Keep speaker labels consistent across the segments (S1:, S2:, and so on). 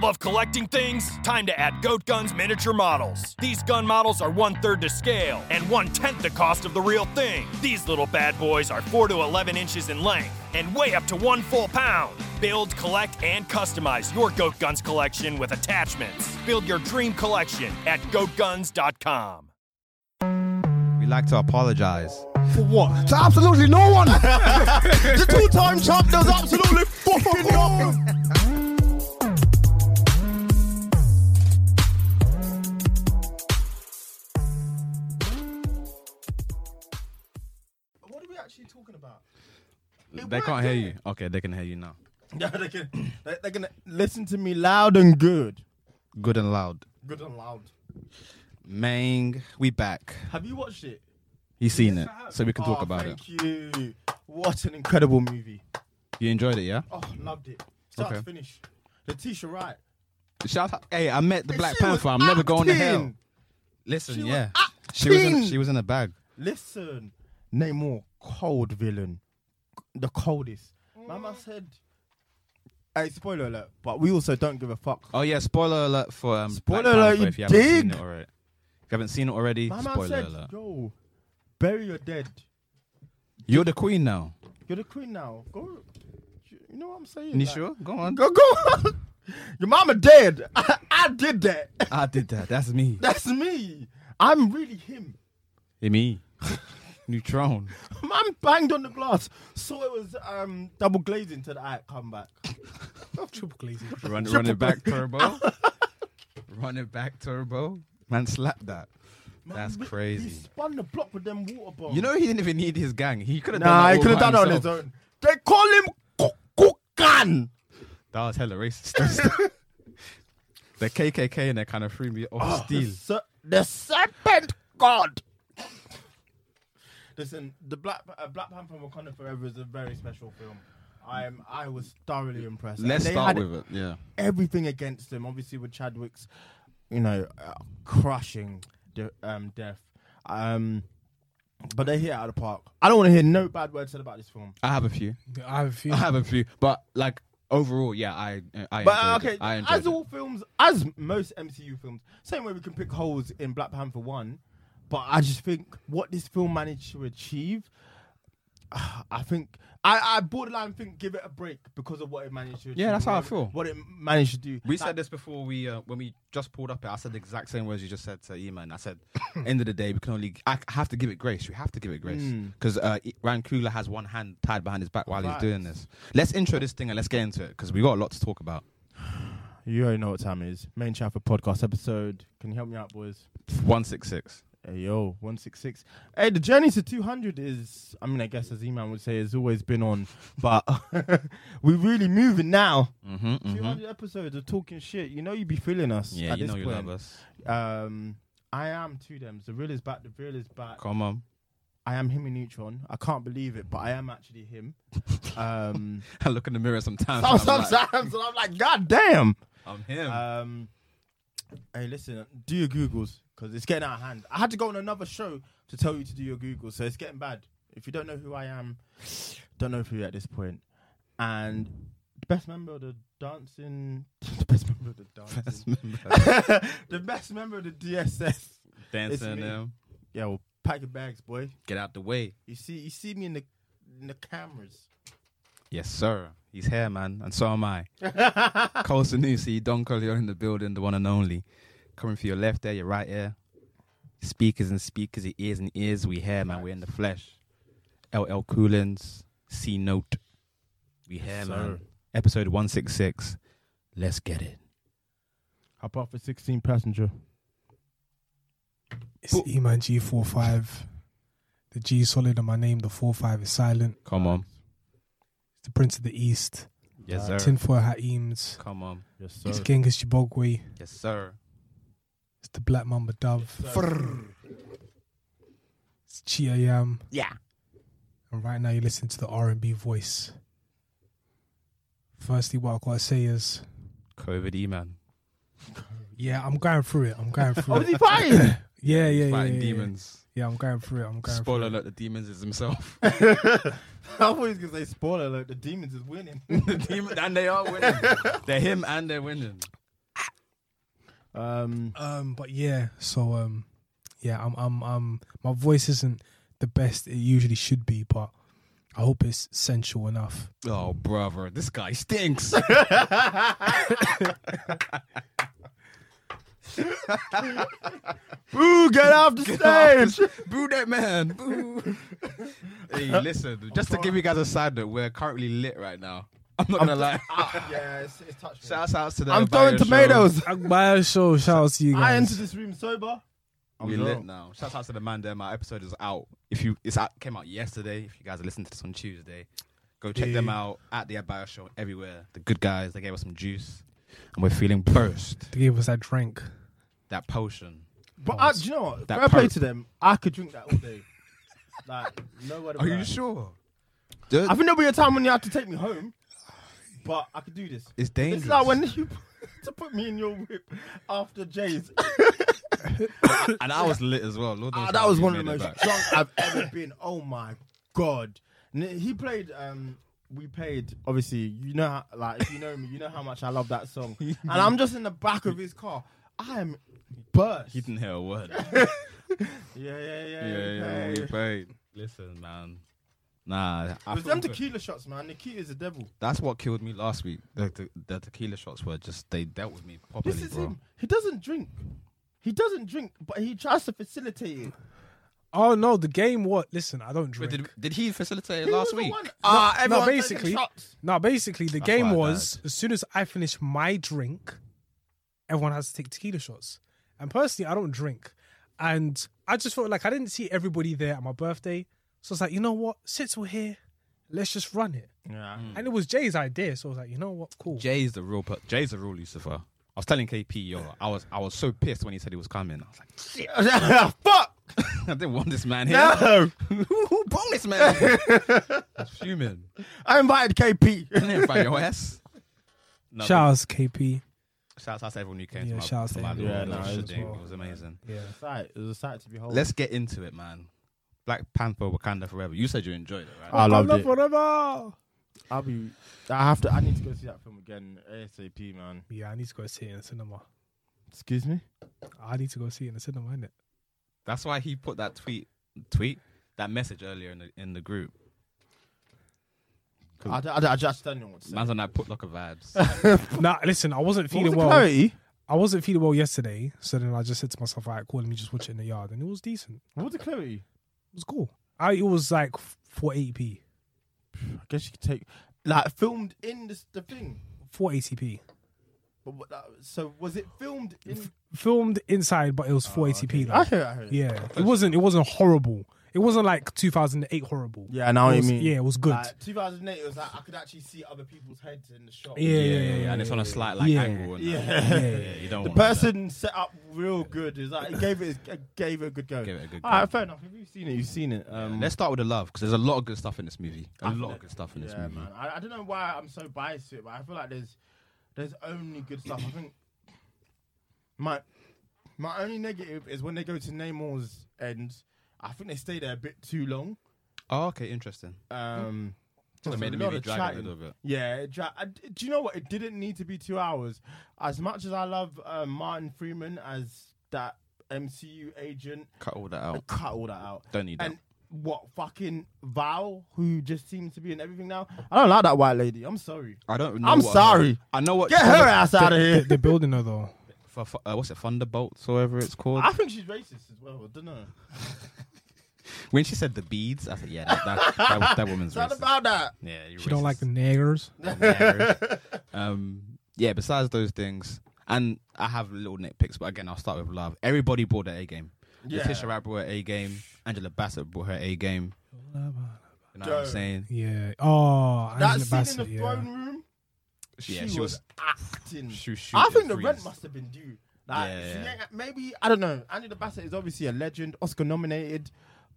S1: Love collecting things? Time to add Goat Guns miniature models. These gun models are one third to scale and one tenth the cost of the real thing. These little bad boys are 4 to 11 inches in length and weigh up to one full pound. Build, collect, and customize your Goat Guns collection with attachments. Build your dream collection at goatguns.com.
S2: We like to apologize.
S3: For what? To absolutely no one.
S4: The two-time champ does absolutely fucking nothing.
S3: what are we actually talking about?
S2: They can't hear you. Okay, they can hear you now.
S3: Yeah, they can, they, they're gonna listen to me loud and good.
S2: Good and loud.
S3: Good and loud.
S2: Mang, we back.
S3: Have you watched it?
S2: He's seen it, so we can talk
S3: Oh,
S2: about it.
S3: thank you. What an incredible movie.
S2: You enjoyed it, yeah?
S3: Oh, loved it. Start to
S2: Okay.
S3: finish. Letitia Wright.
S2: Shout out! Hey, I met the Black
S3: She was
S2: Panther. I'm never going to hell.
S3: acting.
S2: Listen,
S3: She was
S2: yeah, she was in,
S3: acting.
S2: she was in a bag.
S3: Listen, Namor, cold villain, the coldest. Mama said. Hey, spoiler alert! But we also don't give a fuck.
S2: Oh yeah, spoiler alert for um,
S3: Spoiler
S2: Black
S3: alert,
S2: Panther,
S3: you
S2: if you haven't seen
S3: dig?
S2: it already. If you haven't seen it already,
S3: Mama
S2: spoiler
S3: said,
S2: alert.
S3: "Yo, bury your dead.
S2: You're the queen now.
S3: You're the queen now. Go. You know what I'm saying?
S2: You
S3: Like,
S2: sure? Go on.
S3: Go go. your mama dead. I, I did that.
S2: I did that. That's me.
S3: That's me. I'm really him.
S2: me. Neutron.
S3: Man banged on the glass, so it was um double glazing to the eye. Come back.
S5: Triple glazing.
S2: Run, run it back, turbo. run it back, turbo. Man, slap that. That's
S3: Man, He
S2: crazy.
S3: spun the block with them water bombs.
S2: You know he didn't even need his gang. He could have done.
S3: Nah,
S2: that
S3: he
S2: all
S3: could have
S2: by
S3: done it on his
S2: himself.
S3: own. They call him Kukan.
S2: That was hella racist. the KKK and they kind of threw me
S3: Oh.
S2: off steel.
S3: Se- the serpent god. Listen, the Black uh, Black Panther and Wakanda Forever is a very special film. I am. I was thoroughly impressed.
S2: Let's
S3: They
S2: start
S3: had
S2: with it. Yeah.
S3: everything against him. Obviously, with Chadwick's, you know, uh, crushing de- um, death. Um, but they hit it out of the park. I don't want to hear no bad words said about this film.
S2: I have a few.
S5: I have a few.
S2: I have a few, but like overall, yeah, I I
S3: But uh,
S2: enjoyed
S3: okay,
S2: it. I enjoyed
S3: as
S2: it.
S3: all films, as most MCU films, same way we can pick holes in Black Panther one, but I just think what this film managed to achieve, I think I, I borderline think give it a break because of what it managed to. achieve.
S2: that's how I
S3: what-
S2: feel.
S3: What it managed to do.
S2: We said this before we uh, when we just pulled up. It I said the exact same words you just said to Eman. I said, end of the day, we can only. I have to give it grace. We have to give it grace because uh, E- Ryan Coogler has one hand tied behind his back while he's doing this. Let's intro this thing and let's get into it because we got a lot to talk about.
S3: You already know what time it is. Main chat for podcast episode. Can you help me out, boys?
S2: One six six.
S3: Hey, yo, 166. Hey, the journey to 200 is, I mean, I guess as E-Man would say, has always been on, but we're really moving now.
S2: Mm-hmm,
S3: 200 episodes of talking shit. You know you be feeling us.
S2: Yeah,
S3: at
S2: you
S3: this
S2: know you
S3: point.
S2: love us.
S3: Um, I am two them. The real is back. The real is back.
S2: Come on,
S3: I am him in Neutron. I can't believe it, but I am actually him. um,
S2: I look in the mirror sometimes.
S3: I'm,
S2: and I'm, like,
S3: I'm like, God damn.
S2: I'm him.
S3: Um, hey, listen, do your Googles because it's getting out of hand. I had to go on another show to tell you to do your Googles, so it's getting bad. If you don't know who I am, don't know who you at this point. And the best member of the dancing, the best member of the dancing,
S2: Uh,
S3: the best member of the DSS.
S2: Dancing
S3: me.
S2: him.
S3: Yeah, well, pack your bags, boy.
S2: Get out the way.
S3: You see, you see me in the in the cameras.
S2: Yes, sir. He's here, man, and so am I. Cole Sanusi, Don Corleone in the building, the one and only. Coming for your left ear, your right ear. Speakers and speakers, your ears and ears. We here, man. We're in the flesh. LL Coolins, C Note. We here, man.
S3: sir.
S2: Episode 166. Let's get it.
S3: I bought for sixteen passenger.
S5: It's E E-Man G45. The G is solid on my name. The 45 is silent.
S2: Come on.
S5: It's the Prince of the East.
S2: Yes, sir.
S5: Tinfoil Tinfoil Hat Eames.
S2: Come on.
S3: Yes, sir.
S5: It's Genghis Jibogwe.
S2: Yes, sir.
S5: It's the Black Mamba Dove. Frrrr. It's Chia Yam.
S2: Yeah.
S5: And right now you're listening to the R&B voice. Firstly, what I've got to say is,
S2: COVID E man.
S5: yeah, I'm going through it. I'm going through
S3: Oh, is he
S5: it.
S3: fighting?
S5: Yeah, yeah, yeah,
S2: Fighting
S5: yeah, yeah.
S2: demons.
S5: Yeah, I'm going through it. I'm going
S2: Spoiler
S5: through it.
S2: alert, the demons is himself.
S3: I thought he was going to say spoiler alert. The demons is winning.
S2: the demon, and they are winning. they're him and they're winning.
S3: um,
S5: Um, but yeah, so um, yeah, I'm, I'm, I'm. My voice isn't the best it usually should be, but I hope it's sensual enough.
S2: Oh, brother, this guy stinks.
S3: Ooh, get off the stage.
S2: Boo that man. Boo. hey, listen, just to give you guys a side note, we're currently lit right now. I'm not gonna lie.
S3: yeah, it's, it's touched me.
S2: Shouts out to the
S3: I'm throwing
S2: Bio Show.
S3: tomatoes.
S5: Akbar show, shout out to you
S3: I entered
S5: guys.
S3: this room sober.
S2: We
S3: I'm
S2: lit
S3: drunk.
S2: now. Shouts out to the man there. My episode is out. If you it's out, came out yesterday. If you guys are listening to this on Tuesday, go check them
S5: Yeah.
S2: out at the Abaya Show everywhere. The good guys, they gave us some juice. And we're feeling burst.
S5: They gave us that drink.
S2: That potion.
S3: But I, do you know what?
S2: That
S3: Fair play
S2: perk.
S3: to them. I could drink that all day. like, no worry
S2: Are
S3: about
S2: you
S3: it.
S2: sure?
S3: I think there'll be a time when you have to take me home. But I could do this.
S2: It's
S3: It's
S2: dangerous.
S3: like when you to put me in your whip after Jay's.
S2: and I was lit as well. Lord knows
S3: Ah,
S2: how
S3: that was
S2: we
S3: one of the
S2: made it
S3: most
S2: back.
S3: drunk I've ever been. Oh my god! And he played. um We played. Obviously, you know, how, like if you know me, you know how much I love that song. And I'm just in the back of his car. I am burst.
S2: He didn't hear a word.
S3: Yeah, yeah, yeah.
S2: yeah, yeah,
S3: yeah.
S2: we paid. Listen, man. Nah, I
S3: It was
S2: feel
S3: them
S2: good.
S3: tequila shots, man. Tequila's the devil.
S2: that's what killed me last week. The, the, the tequila shots were just they dealt with me properly,
S3: This is
S2: bro.
S3: him. He doesn't drink. He doesn't drink, but he tries to facilitate it.
S5: Oh no, the game. What? Listen, I don't drink.
S2: Did, did he facilitate
S3: He
S2: it last
S3: was the
S2: week?
S3: one- No,
S5: No, no,
S3: everyone's taking
S5: Ah, basically,
S3: shots.
S5: no, basically, the
S2: why I
S5: game was as soon as I finish my drink, everyone has to take tequila shots. And personally, I don't drink, and I just felt like I didn't see everybody there at my birthday, so I was like, you know what, since we're here, let's just run it.
S3: Yeah.
S5: And it was Jay's idea, so I was like, you know what, cool.
S2: Jay's the real. Per- Jay's the real Lucifer. I was telling KP, yo, I was I was so pissed when he said he was coming. I was like,
S3: Fuck!
S2: I didn't want this man here.
S3: No!
S2: who, who brought this man? here? I was fuming.
S3: I invited
S2: I
S3: KP.
S2: didn't invite your ass. No,
S5: Shout outs KP.
S2: but Shouts out to everyone who came
S5: Yeah,
S2: to my,
S5: shout out
S2: to
S5: to
S2: my
S5: everyone.
S2: little-
S3: Yeah,
S2: little
S3: nah, it
S2: shit
S3: was
S2: thing.
S3: well.
S2: It was amazing.
S5: Yeah.
S3: It was a sight to behold.
S2: Let's get into it, man. Black Panther Wakanda Forever. You said you enjoyed it, right?
S3: I loved
S5: love
S3: it.
S5: forever.
S3: I'll be. I have to. I need to go see that film again ASAP, man.
S5: Yeah, I need to go see it in the cinema.
S3: Excuse me.
S5: I need to go see it in the cinema, innit?
S2: That's why he put that tweet, tweet, that message earlier in the in the group.
S3: I, d- I, d- I just don't know what to say.
S2: Man's on that put locker vibes.
S5: Nah, listen, I wasn't
S3: What was
S5: feeling
S3: the
S5: well.
S3: clarity?
S5: I wasn't feeling well yesterday, so then I just said to myself, "All right, cool, let me just watch it in the yard," and it was decent.
S3: What was the clarity?
S5: It was cool. I it was like 480p,
S3: I guess you could take like filmed in this, the thing.
S5: 480p,
S3: But what, that, so was it filmed in?
S5: filmed inside, but it
S3: Oh,
S5: was 480p.
S3: I
S5: Like,
S3: hear. I hear.
S5: yeah, it wasn't. It wasn't horrible. It wasn't like 2008 horrible.
S3: Yeah, I know
S5: it
S3: what you
S5: was,
S3: mean.
S5: Yeah, it was good.
S3: Like, 2008. It was like I could actually see other people's heads in the shot.
S5: yeah, yeah, yeah,
S2: And it's on a slight like
S5: Yeah.
S2: angle. And yeah.
S3: Yeah.
S2: yeah, you don't
S3: The
S2: want that.
S3: person set up real good. Is like it gave it it gave it a good go.
S2: Gave it a good
S3: All right,
S2: go.
S3: fair enough. If you've seen it, you've seen it. Um,
S2: Let's start with the love because there's a lot of good stuff in this movie. A
S3: I
S2: lot
S3: feel-
S2: of good stuff in this
S3: yeah,
S2: movie.
S3: man. I, I don't know why I'm so biased to it, but I feel like there's there's only good stuff. I think my my only negative is when they go to Namor's end. I think they stay there a bit too long.
S2: Oh, okay, interesting.
S3: Um,
S2: So they
S3: there's
S2: made
S3: a
S2: the
S3: lot
S2: movie
S3: of
S2: drag a
S3: chatting.
S2: little bit.
S3: Yeah, it dra- I- d- do you know what? It didn't need to be two hours. As much as I love uh, Martin Freeman as that MCU agent,
S2: Cut all that out.
S3: cut all that out.
S2: Oh. Don't need
S3: and
S2: that.
S3: what fucking Val, who just seems to be in everything now. I don't like that white lady. I'm sorry.
S2: I don't. know
S3: I'm
S2: what her-
S3: sorry.
S2: I know what.
S3: Get her ass out of here.
S5: They're building her though.
S2: For, for, uh, what's it? Thunderbolts, or whatever it's called.
S3: I think she's racist as well. I don't know.
S2: when she said the beads, I said, yeah, that that, that, that woman's
S3: Not
S2: racist.
S3: about that.
S2: yeah, you
S5: She don't like
S2: racist.
S5: the niggers.
S2: um, yeah, besides those things, and I have little nitpicks, but again, I'll start with love. Everybody brought their A game.
S3: Yeah.
S2: Letitia Wright brought her A game. Angela Bassett brought her A game. You know what I'm
S3: Dope.
S2: saying?
S5: Yeah. Oh,
S3: That
S5: Angela
S3: scene
S5: Bassett.
S3: in the
S5: yeah.
S3: throne room.
S2: Yeah,
S3: she,
S2: she
S3: was,
S2: was-
S3: acting.
S2: she was
S3: I think
S2: shooting
S3: the rent
S2: threes.
S3: must have been due. Like,
S2: Yeah,
S3: she
S2: yeah.
S3: ain't- maybe I don't know. Angela Bassett is obviously a legend, Oscar nominated,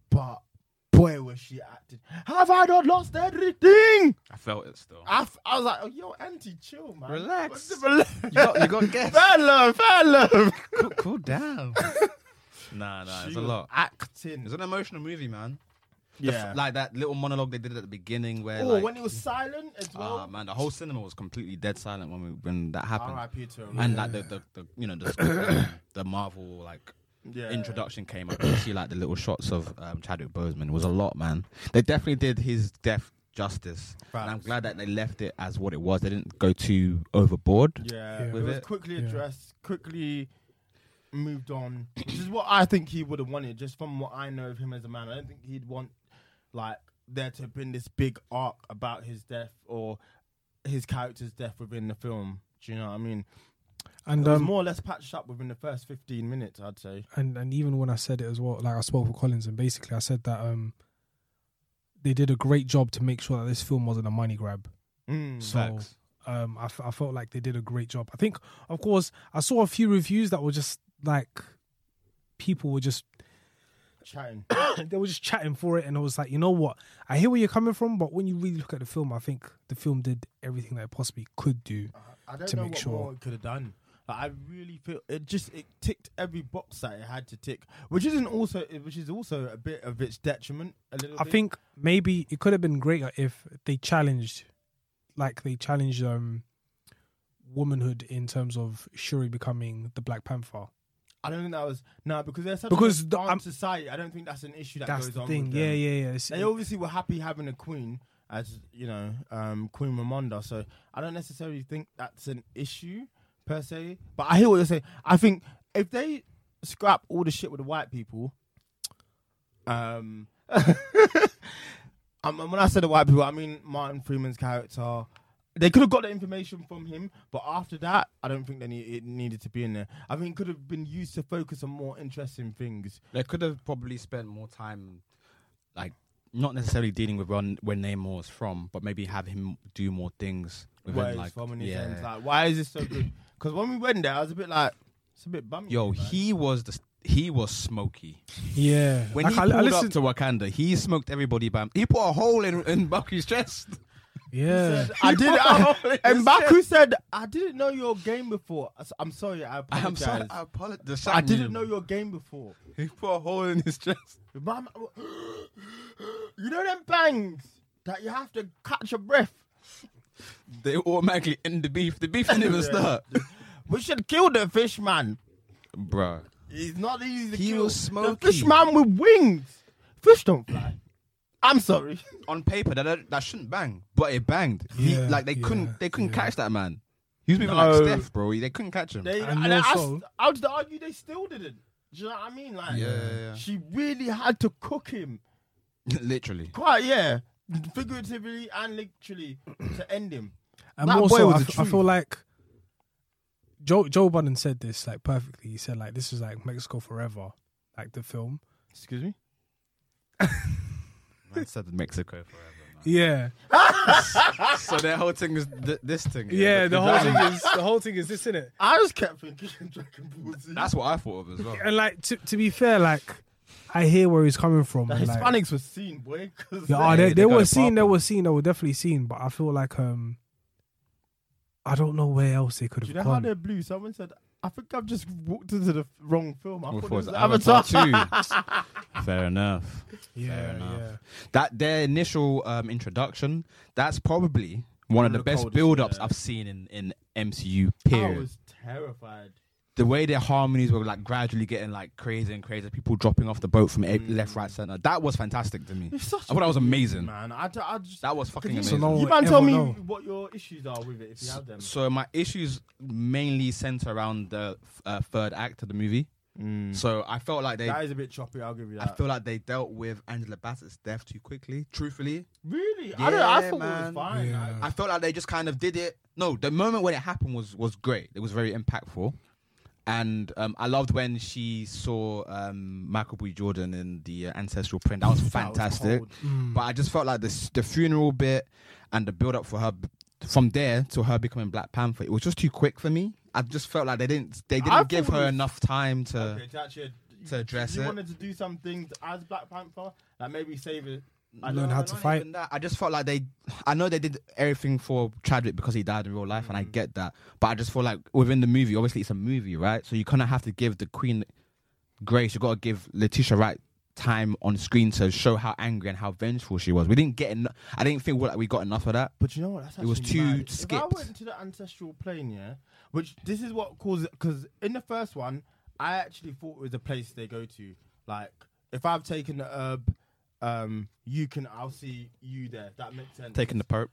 S3: but boy was she acting. Have I not lost everything?
S2: I felt it still.
S3: I, f- I was like, oh, yo, Auntie, chill, man.
S2: Relax.
S3: Relax.
S2: got- you got guests.
S3: Fair love, fair love.
S2: cool, cool down. nah, nah, it's
S3: She
S2: a
S3: was
S2: lot.
S3: Acting.
S2: It's an emotional movie, man. The f-
S3: Yeah.
S2: like that little monologue they did at the beginning where,
S3: oh,
S2: like, mm.
S3: when it was silent as well.
S2: ah, man, the whole cinema was completely dead silent when we when that happened.
S3: R.I.P. to him.
S2: And like the, the, the you know the the Marvel like
S3: Yeah.
S2: introduction came up. You see like the little shots of um, Chadwick Boseman. It was a lot, man. They definitely did his death justice. And I'm
S3: Facts.
S2: glad that they left it as what it was. They didn't go too overboard.
S3: Yeah,
S2: With
S3: it was
S2: it.
S3: quickly addressed, quickly moved on. Which is what I think he would have wanted, just from what I know of him as a man. I don't think he'd want like there to have been this big arc about his death or his character's death within the film. Do you know what I mean?
S5: And
S3: It was
S5: um,
S3: more or less patched up within the first fifteen minutes, I'd say.
S5: and and even when I said it as well, like I spoke with Collins, and basically I said that um, they did a great job to make sure that this film wasn't a money grab.
S3: Mm.
S5: So
S2: Facts.
S5: um, I, f- I felt like they did a great job. I think, of course, I saw a few reviews that were just like people were just
S3: Chatting.
S5: they were just chatting for it, and I was like, you know what? I hear where you're coming from, but when you really look at the film, I think the film did everything that it possibly could do.
S3: I don't
S5: to
S3: know
S5: make
S3: what
S5: sure.
S3: more it could have done. Like, I really feel it just it ticked every box that it had to tick, which isn't also which is also a bit of its detriment. A little
S5: I
S3: bit.
S5: think maybe it could have been greater if they challenged, like they challenged um, womanhood in terms of Shuri becoming the Black Panther.
S3: I don't think that was no because they're such
S5: Because
S3: a
S5: the- I'm-
S3: advanced society. I don't think that's an issue that
S5: That's
S3: goes
S5: the
S3: on.
S5: thing.
S3: with
S5: Yeah,
S3: them.
S5: yeah, yeah. It's-
S3: They obviously were happy having a queen as you know um, Queen Ramonda. So I don't necessarily think that's an issue per se. But I hear what you're saying. I think if they scrap all the shit with the white people, um, um, and when I say the white people, I mean Martin Freeman's character. They could have got the information from him, but after that, I don't think they need, it needed to be in there. I think it could have been used to focus on more interesting things.
S2: They could have probably spent more time, like not necessarily dealing with when, where Namor is from, but maybe have him do more things. Within,
S3: Where
S2: like,
S3: he's from and his
S2: yeah.
S3: ends. Like, why is this so good? Because when we went there, I was a bit like, it's a bit bummy.
S2: Yo,
S3: man.
S2: he was the he was smoky.
S5: yeah.
S2: When
S5: Like,
S2: he
S5: I- I
S2: pulled
S5: listened-
S2: up to Wakanda, he smoked everybody. Bam, he put a hole in in Bucky's chest.
S5: yeah.
S3: I did. I,
S2: Holy
S3: and
S2: shit.
S3: Baku said, "I didn't know your game before." I s- I'm sorry. I apologize.
S2: I'm sorry. I apologize.
S3: I didn't know your game before.
S2: He put a hole in his chest.
S3: My ma- you know them bangs that you have to catch your breath,
S2: They automatically end the beef. The beef didn't even start,
S3: We should kill the fish man.
S2: bro.
S3: It's not easy to
S2: He
S3: kill.
S2: was
S3: The fish
S2: smoky.
S3: man with wings. Fish don't fly. I'm sorry.
S2: On paper, that- that that shouldn't bang, but it banged. He-
S5: Yeah,
S2: like they
S5: yeah,
S2: couldn't they couldn't catch that man. He was moving
S3: No.
S2: like Steph, bro. They couldn't catch him.
S3: They,
S5: And
S3: and
S5: more
S3: I, I,
S5: so-
S3: st- I would argue they still didn't. Do you know what I mean? Like,
S2: Yeah, yeah, yeah.
S3: she really had to cook him.
S2: Literally.
S3: Quite, yeah, figuratively and literally to end him.
S5: And
S3: That
S5: more
S3: boy
S5: so,
S3: was
S5: I,
S3: the
S5: f- I
S3: truth.
S5: feel like Joe Joe Budden said this like perfectly. He said like this is like Mexico forever, like the film.
S3: Excuse me.
S2: Man said Mexico forever.
S5: Yeah,
S2: so their whole thing is th- this thing.
S5: yeah. The whole
S2: that-
S5: thing is the whole thing is this, isn't it?
S3: I just kept thinking Dragon Ball Z.
S2: That's what I thought of as well.
S5: And like to to be fair, like I hear where he's coming from.
S3: the
S5: and, like,
S3: Hispanics were seen, boy. 'cause
S5: Yeah, oh, they, they,
S2: they got
S5: were
S2: it
S5: seen, they
S2: poppin'.
S5: were seen, they were definitely seen, but I feel like um I don't know where else they could
S3: Do you
S5: have
S3: know how
S5: gone.
S3: they're blue? Someone said, "I think I've just walked into the f- wrong film." I
S2: Well,
S3: thought it
S2: for
S3: was
S2: his
S3: Avatar.
S2: Avatar too. Fair enough. Fair
S5: Yeah,
S2: enough.
S5: yeah.
S2: That their initial um, introduction. That's probably one of the,
S3: the
S2: best
S3: coldest,
S2: build-ups
S3: yeah.
S2: I've seen in in MCU.
S3: I
S2: Period.
S3: was terrified.
S2: The way their harmonies were like gradually getting like crazy and crazy. People dropping off the boat from e- left, right, center. That was fantastic to me. I
S3: Mm. It's such
S2: thought that was
S3: a good movie,
S2: amazing.
S3: man. I, d- I just
S2: That was fucking
S3: you-
S2: amazing.
S5: So
S3: You
S5: no
S3: man,
S5: one
S3: tell
S5: ever
S3: me
S5: know.
S3: what your issues are with it if you have them.
S2: So my issues mainly center around the uh, third act of the movie. So I felt like they
S3: Mm. That is a bit choppy. I'll give you
S2: I
S3: that.
S2: feel like they dealt with Angela Bassett's death too quickly. Truthfully,
S3: really, I, don't, I
S2: Yeah,
S3: thought it was
S2: man.
S3: fine.
S5: Yeah.
S2: I felt like they just kind of did it. No, the moment when it happened was was great. It was very impactful, and um, I loved when she saw um, Michael B. Jordan in the uh, ancestral print. That was
S3: That was
S2: fantastic.
S3: cold. Mm.
S2: but I just felt like this the funeral bit and the build up for her b- from there to her becoming Black Panther, it was just too quick for me. I just felt like they didn't they didn't
S3: I
S2: give
S3: thought it
S2: her
S3: was-
S2: enough time to.
S3: Okay, to actually
S2: to address
S3: you
S2: it.
S3: wanted to do some things as Black Panther, like maybe save it. I
S5: Learn
S3: know-
S5: how
S3: I
S5: to
S3: know-
S5: fight.
S2: Even that, I just felt like they. I know they did everything for Chadwick because he died in real life, and
S5: Mm.
S2: I get that. But I just feel like within the movie, obviously it's a movie, right? So you kind of have to give the Queen grace. You got to give Letitia Wright time on screen to show how angry and how vengeful she was. We didn't get. En- I didn't think like we got enough of that.
S3: But you know what? That's
S2: It was
S3: actually
S2: too
S3: mad. If I
S2: skipped.
S3: went to the ancestral plane, yeah, which this is what causes because in the first one, I actually thought it was a place they go to. Like, if I've taken the herb, um, you can. I'll see you there. That makes sense.
S2: Taking the perp.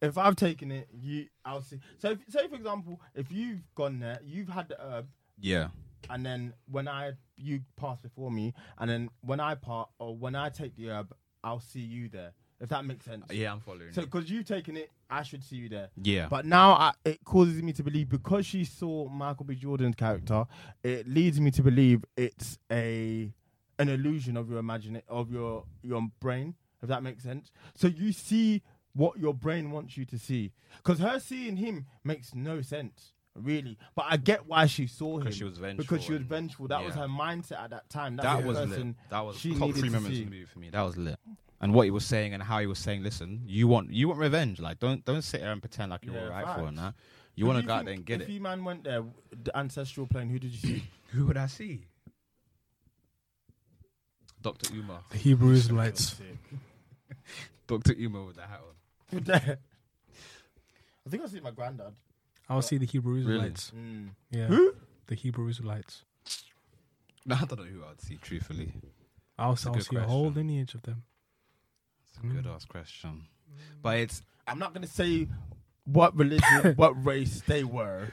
S3: if I've taken it, you, I'll see. So, if, say for example, if you've gone there, you've had the herb,
S2: Yeah.
S3: and then when I you pass before me, and then when I part or when I take the herb, I'll see you there. If that makes sense.
S2: Yeah, I'm following.
S3: So because you've taken it, I should see you there.
S2: Yeah.
S3: But now I, it causes me to believe because she saw Michael B. Jordan's character, it leads me to believe it's a an illusion of your imagine of your your brain. If that makes sense. So you see what your brain wants you to see. Because her seeing him makes no sense. Really, but I get why she saw him
S2: Because she was vengeful
S3: Mm. Because she was
S2: and-
S3: vengeful. That was
S2: yeah.
S3: her mindset at that time. That's
S2: that
S3: the
S2: was
S3: person
S2: lit. That was
S3: she
S2: top
S3: needed
S2: three
S3: to
S2: moments
S3: see.
S2: in the movie for me. That was lit. And what he was saying and how he was saying, listen, you want you want revenge. Like don't don't sit there and pretend like you're
S3: Yeah,
S2: all right for it
S3: facts.
S2: and that. You
S3: Who
S2: want
S3: do
S2: to go out
S3: think
S2: there and get
S3: if
S2: it.
S3: you man went there, the ancestral plane. Who did you see?
S2: Who would I see? Doctor Uma.
S5: The Hebrew Israelites.
S2: Doctor Uma with the hat on.
S3: I think I see my granddad.
S5: I'll see the Hebrew
S2: Really?
S5: Israelites. Yeah.
S3: Hmm. Who?
S5: The Hebrew Israelites.
S2: No, I don't know who I'd see. Truthfully,
S5: I'll, I'll
S2: a
S5: see
S2: good
S5: a whole
S2: question.
S5: lineage of them.
S2: it's
S3: Hmm.
S2: a good ass question, but it's
S3: I'm not gonna say what religion, what race they were.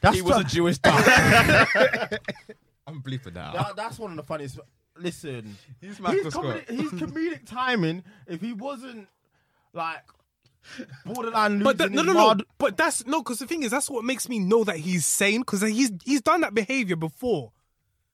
S3: That's
S2: he was a
S3: the-
S2: Jewish dog. I'm bleeping that. out.
S3: that- that's one of the funniest. Listen,
S2: He's
S3: his,
S2: Michael Scott.
S3: comedi- his comedic timing. If he wasn't like borderline losing
S5: But that,
S3: his
S5: no, no, no.
S3: mind-
S5: But that's no, because the thing is, that's what makes me know that he's sane, because he's he's done that behavior before.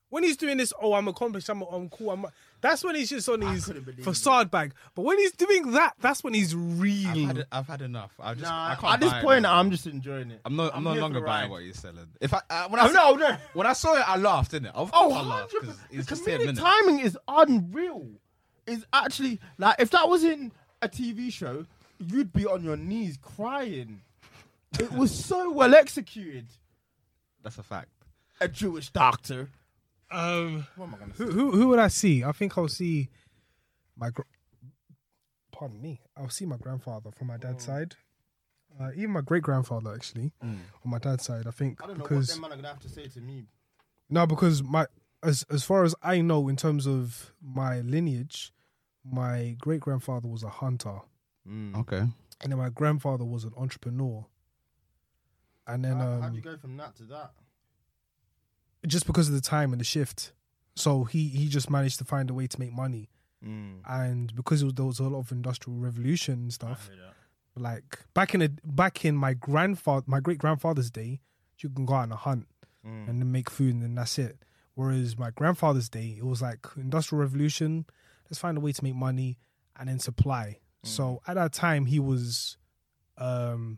S5: When he's doing this, oh, I'm accomplished, I'm, I'm cool, I'm. That's when he's just on his
S3: couldn't believe
S5: facade bag. But when he's doing that, that's when he's real.
S2: I've had, I've had enough. I just I
S3: Nah,
S2: can't
S3: at this
S2: buy it,
S3: point,
S2: man.
S3: I'm just enjoying it.
S2: I'm not. I'm, no
S3: here
S2: longer
S3: for a
S2: buying
S3: ride.
S2: what he's selling. If I uh, when I
S3: Oh
S2: s-
S3: no, no.
S2: when I saw it, I laughed, didn't it? Of
S3: Oh,
S2: course I laughed
S3: 100%.
S2: because it's
S3: the
S2: just a
S3: comedic
S2: minute.
S3: timing is unreal. It's actually like if that was in a TV show, you'd be on your knees crying. It was so well executed.
S2: That's a fact.
S3: A Jewish doctor.
S5: Um,
S3: What am I gonna say?
S5: who, who who would I see? I think I'll see my. Gr- Pardon me. I'll see my grandfather from my
S3: Mm.
S5: dad's side. Uh, even my great grandfather, actually, on my dad's side. I think
S3: I don't know what
S5: because
S3: them man are gonna have to say to me.
S5: No, because my as as far as I know, in terms of my lineage, my great grandfather was a hunter,
S3: Hmm.
S2: Okay.
S5: and then my grandfather was an entrepreneur. And then
S3: How, how
S5: um,
S3: do you go from that to that?
S5: just because of the time and the shift, so he he just managed to find a way to make money, and because it was, there was a lot of industrial revolution and stuff. Like back in the back in my grandfather my great grandfather's day, you can go out and hunt and then make food and then that's it. Whereas my grandfather's day, it was like industrial revolution. Let's find a way to make money and then supply. So at that time, he was um,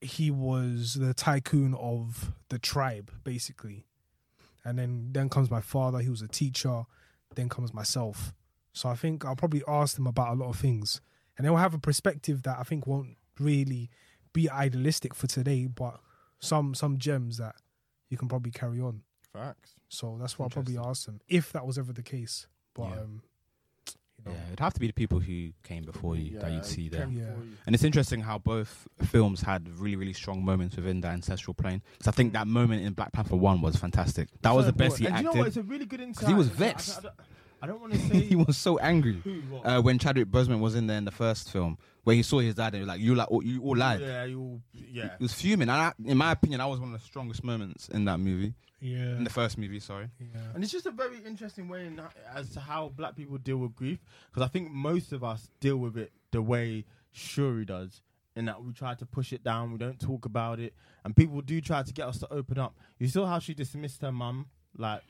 S5: he was the tycoon of the tribe basically and then then comes my father he was a teacher then comes myself so i think i'll probably ask them about a lot of things and they'll have a perspective that i think won't really be idealistic for today but some some gems that you can probably carry on
S3: Facts.
S5: so that's what i'll probably ask them if that was ever the case but
S2: Yeah.
S5: um
S2: Yeah, it'd have to be the people who came before you that you'd see there.
S5: Yeah.
S2: And it's interesting how both films had really, really strong moments within that ancestral plane. Because I think that moment in Black Panther One was fantastic. That was the best he
S3: and You know what? It's
S2: acted.
S3: a really good insight.
S2: he was
S3: into that. I
S2: vexed.
S3: don't- I don't- I don't want to say
S2: he was so angry
S3: what?
S2: uh, when Chadwick Boseman was in there in the first film, where he saw his dad and he was like, "You like, you all lied."
S3: yeah, you yeah.
S2: He was fuming, and I, in my opinion, that was one of the strongest moments in that movie,
S5: Yeah.
S2: in the first movie. Sorry,
S3: And it's just a very interesting way in, as to how black people deal with grief, because I think most of us deal with it the way Shuri does, in that we try to push it down, we don't talk about it, and people do try to get us to open up. You saw how she dismissed her mum, like,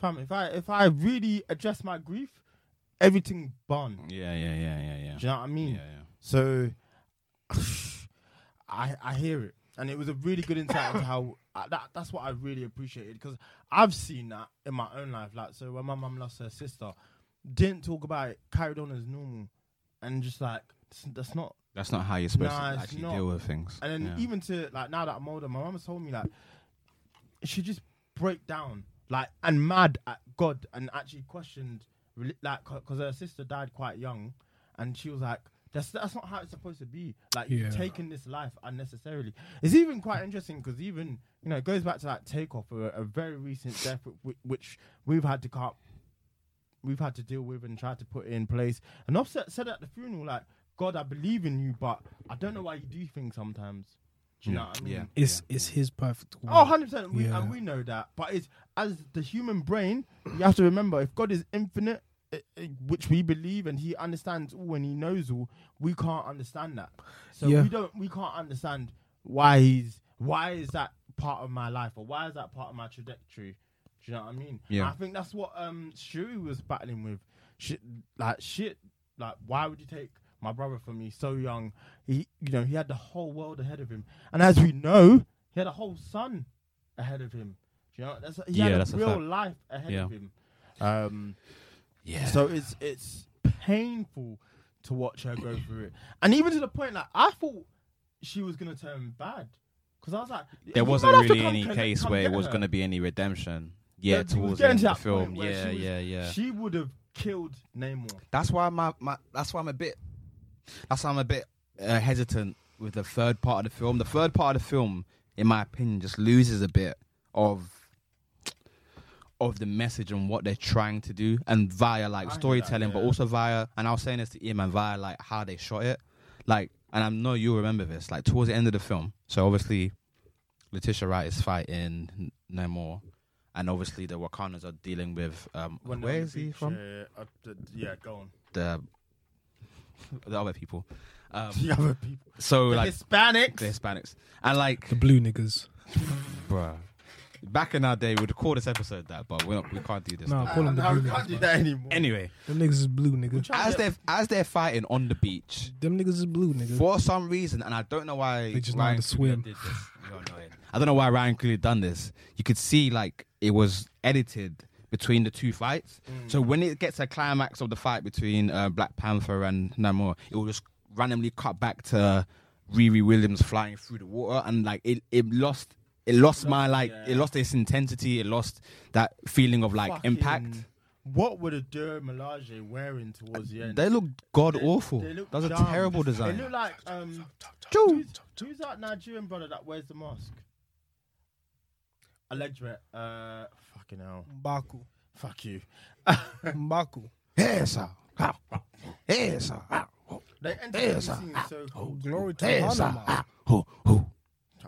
S3: fam, if I if I really address my grief, everything bun.
S2: yeah, yeah, yeah, yeah, yeah.
S3: Do you know what I
S2: Yeah,
S3: mean?
S2: yeah.
S3: So, I I hear it, and it was a really good insight into how I, that that's what I really appreciated because I've seen that in my own life. Like, so when my mum lost her sister, didn't talk about it, carried on as normal, and just like that's, that's not.
S2: That's not how you're supposed
S3: Nah,
S2: to
S3: it's
S2: actually
S3: not.
S2: deal with things.
S3: And then
S2: Yeah.
S3: even to like now that I'm older, my mum has told me like she just broke down like and mad at God and actually questioned reli- like because her sister died quite young, and she was like. That's, that's not how it's supposed to be. Like
S5: Yeah.
S3: you've taken this life unnecessarily. It's even quite interesting because even you know it goes back to that takeoff, a, a very recent death whi- which we've had to cut, we've had to deal with and try to put in place. And Offset said at the funeral, like God, I believe in you, but I don't know why you do things sometimes. Do you know what I mean?
S2: yeah.
S5: It's it's his perfect world.
S3: Oh, 100%. We,
S5: Yeah.
S3: And we know that. But it's as the human brain, you have to remember if God is infinite, i- i- which we believe and he understands all and he knows all, we can't understand that. So
S5: Yeah.
S3: we don't we can't understand why he's why is that part of my life or why is that part of my trajectory? Do you know what I mean?
S2: Yeah.
S3: I think that's what um Shuri was battling with. Shit like shit like why would you take my brother from me so young? He you know, he had the whole world ahead of him. And as we know, he had a whole son ahead of him. Do you know that's he
S2: Yeah,
S3: had
S2: that's a
S3: a real
S2: fact.
S3: life ahead
S2: Yeah.
S3: of him. Um
S2: yeah.
S3: so it's it's painful to watch her go through it, and even to the point like I thought she was gonna turn bad because I was like,
S2: there
S3: you
S2: wasn't
S3: might have to
S2: really
S3: come
S2: any
S3: con-
S2: case
S3: come
S2: where it
S3: get
S2: was
S3: her.
S2: going to be any redemption. Yeah,
S3: She was
S2: towards the
S3: getting
S2: end
S3: to
S2: of the
S3: that
S2: film.
S3: point where
S2: Yeah,
S3: she was-
S2: yeah, yeah.
S3: She would have killed Namor.
S2: That's why my, my that's why I'm a bit that's why I'm a bit uh, hesitant with the third part of the film. The third part of the film, in my opinion, just loses a bit of of the message and what they're trying to do, and via like
S3: hear that,
S2: storytelling, but
S3: yeah.
S2: also via and I was saying this to Ian and via like how they shot it, like and I know you'll remember this like towards the end of the film. So obviously, Letitia Wright is fighting Namor, and obviously the Wakandans are dealing with um,
S3: When
S2: where
S3: they're on
S2: is
S3: the
S2: he
S3: beach,
S2: from?
S3: Yeah, yeah, yeah. Uh, d- yeah, go on.
S2: the the other people. Um,
S3: The other people,
S2: so
S3: the
S2: like
S3: Hispanics.
S2: the Hispanics and like
S5: The blue niggas.
S2: bruh. Back in our day, we'd call this episode that, but we're not, we can't do this.
S5: No,
S2: now.
S5: call them the
S3: no,
S5: blue
S3: we can't
S5: niggas.
S3: do that anymore.
S2: Anyway,
S5: Them niggas is blue nigga.
S2: as they're as they're fighting on the beach,
S5: Them niggas is blue nigga.
S2: for some reason, and I don't know why
S5: They just know how to
S2: Coogler
S5: swim.
S2: did this. You're annoying. I don't know why Ryan Coogler done this. You could see like it was edited between the two fights.
S3: Mm.
S2: So when it gets a climax of the fight between uh, Black Panther and Namor, it will just randomly cut back to Riri Williams flying through the water, and like it, it lost. It lost my like. It lost its intensity. It lost that feeling of like
S3: Fucking-
S2: impact.
S3: What were the Dura Milaje wearing towards the end?
S2: They look god awful.
S3: They
S2: That
S3: look
S2: was a
S3: dumb.
S2: terrible design.
S3: They look like um, who's, who's that Nigerian brother that wears the mask? Allegedly, uh, fucking hell,
S5: Mbaku.
S3: fuck you.
S5: Mbaku.
S2: Yes, sir. Yes, sir.
S3: They entered the scene so cold.
S5: Glory to Panama.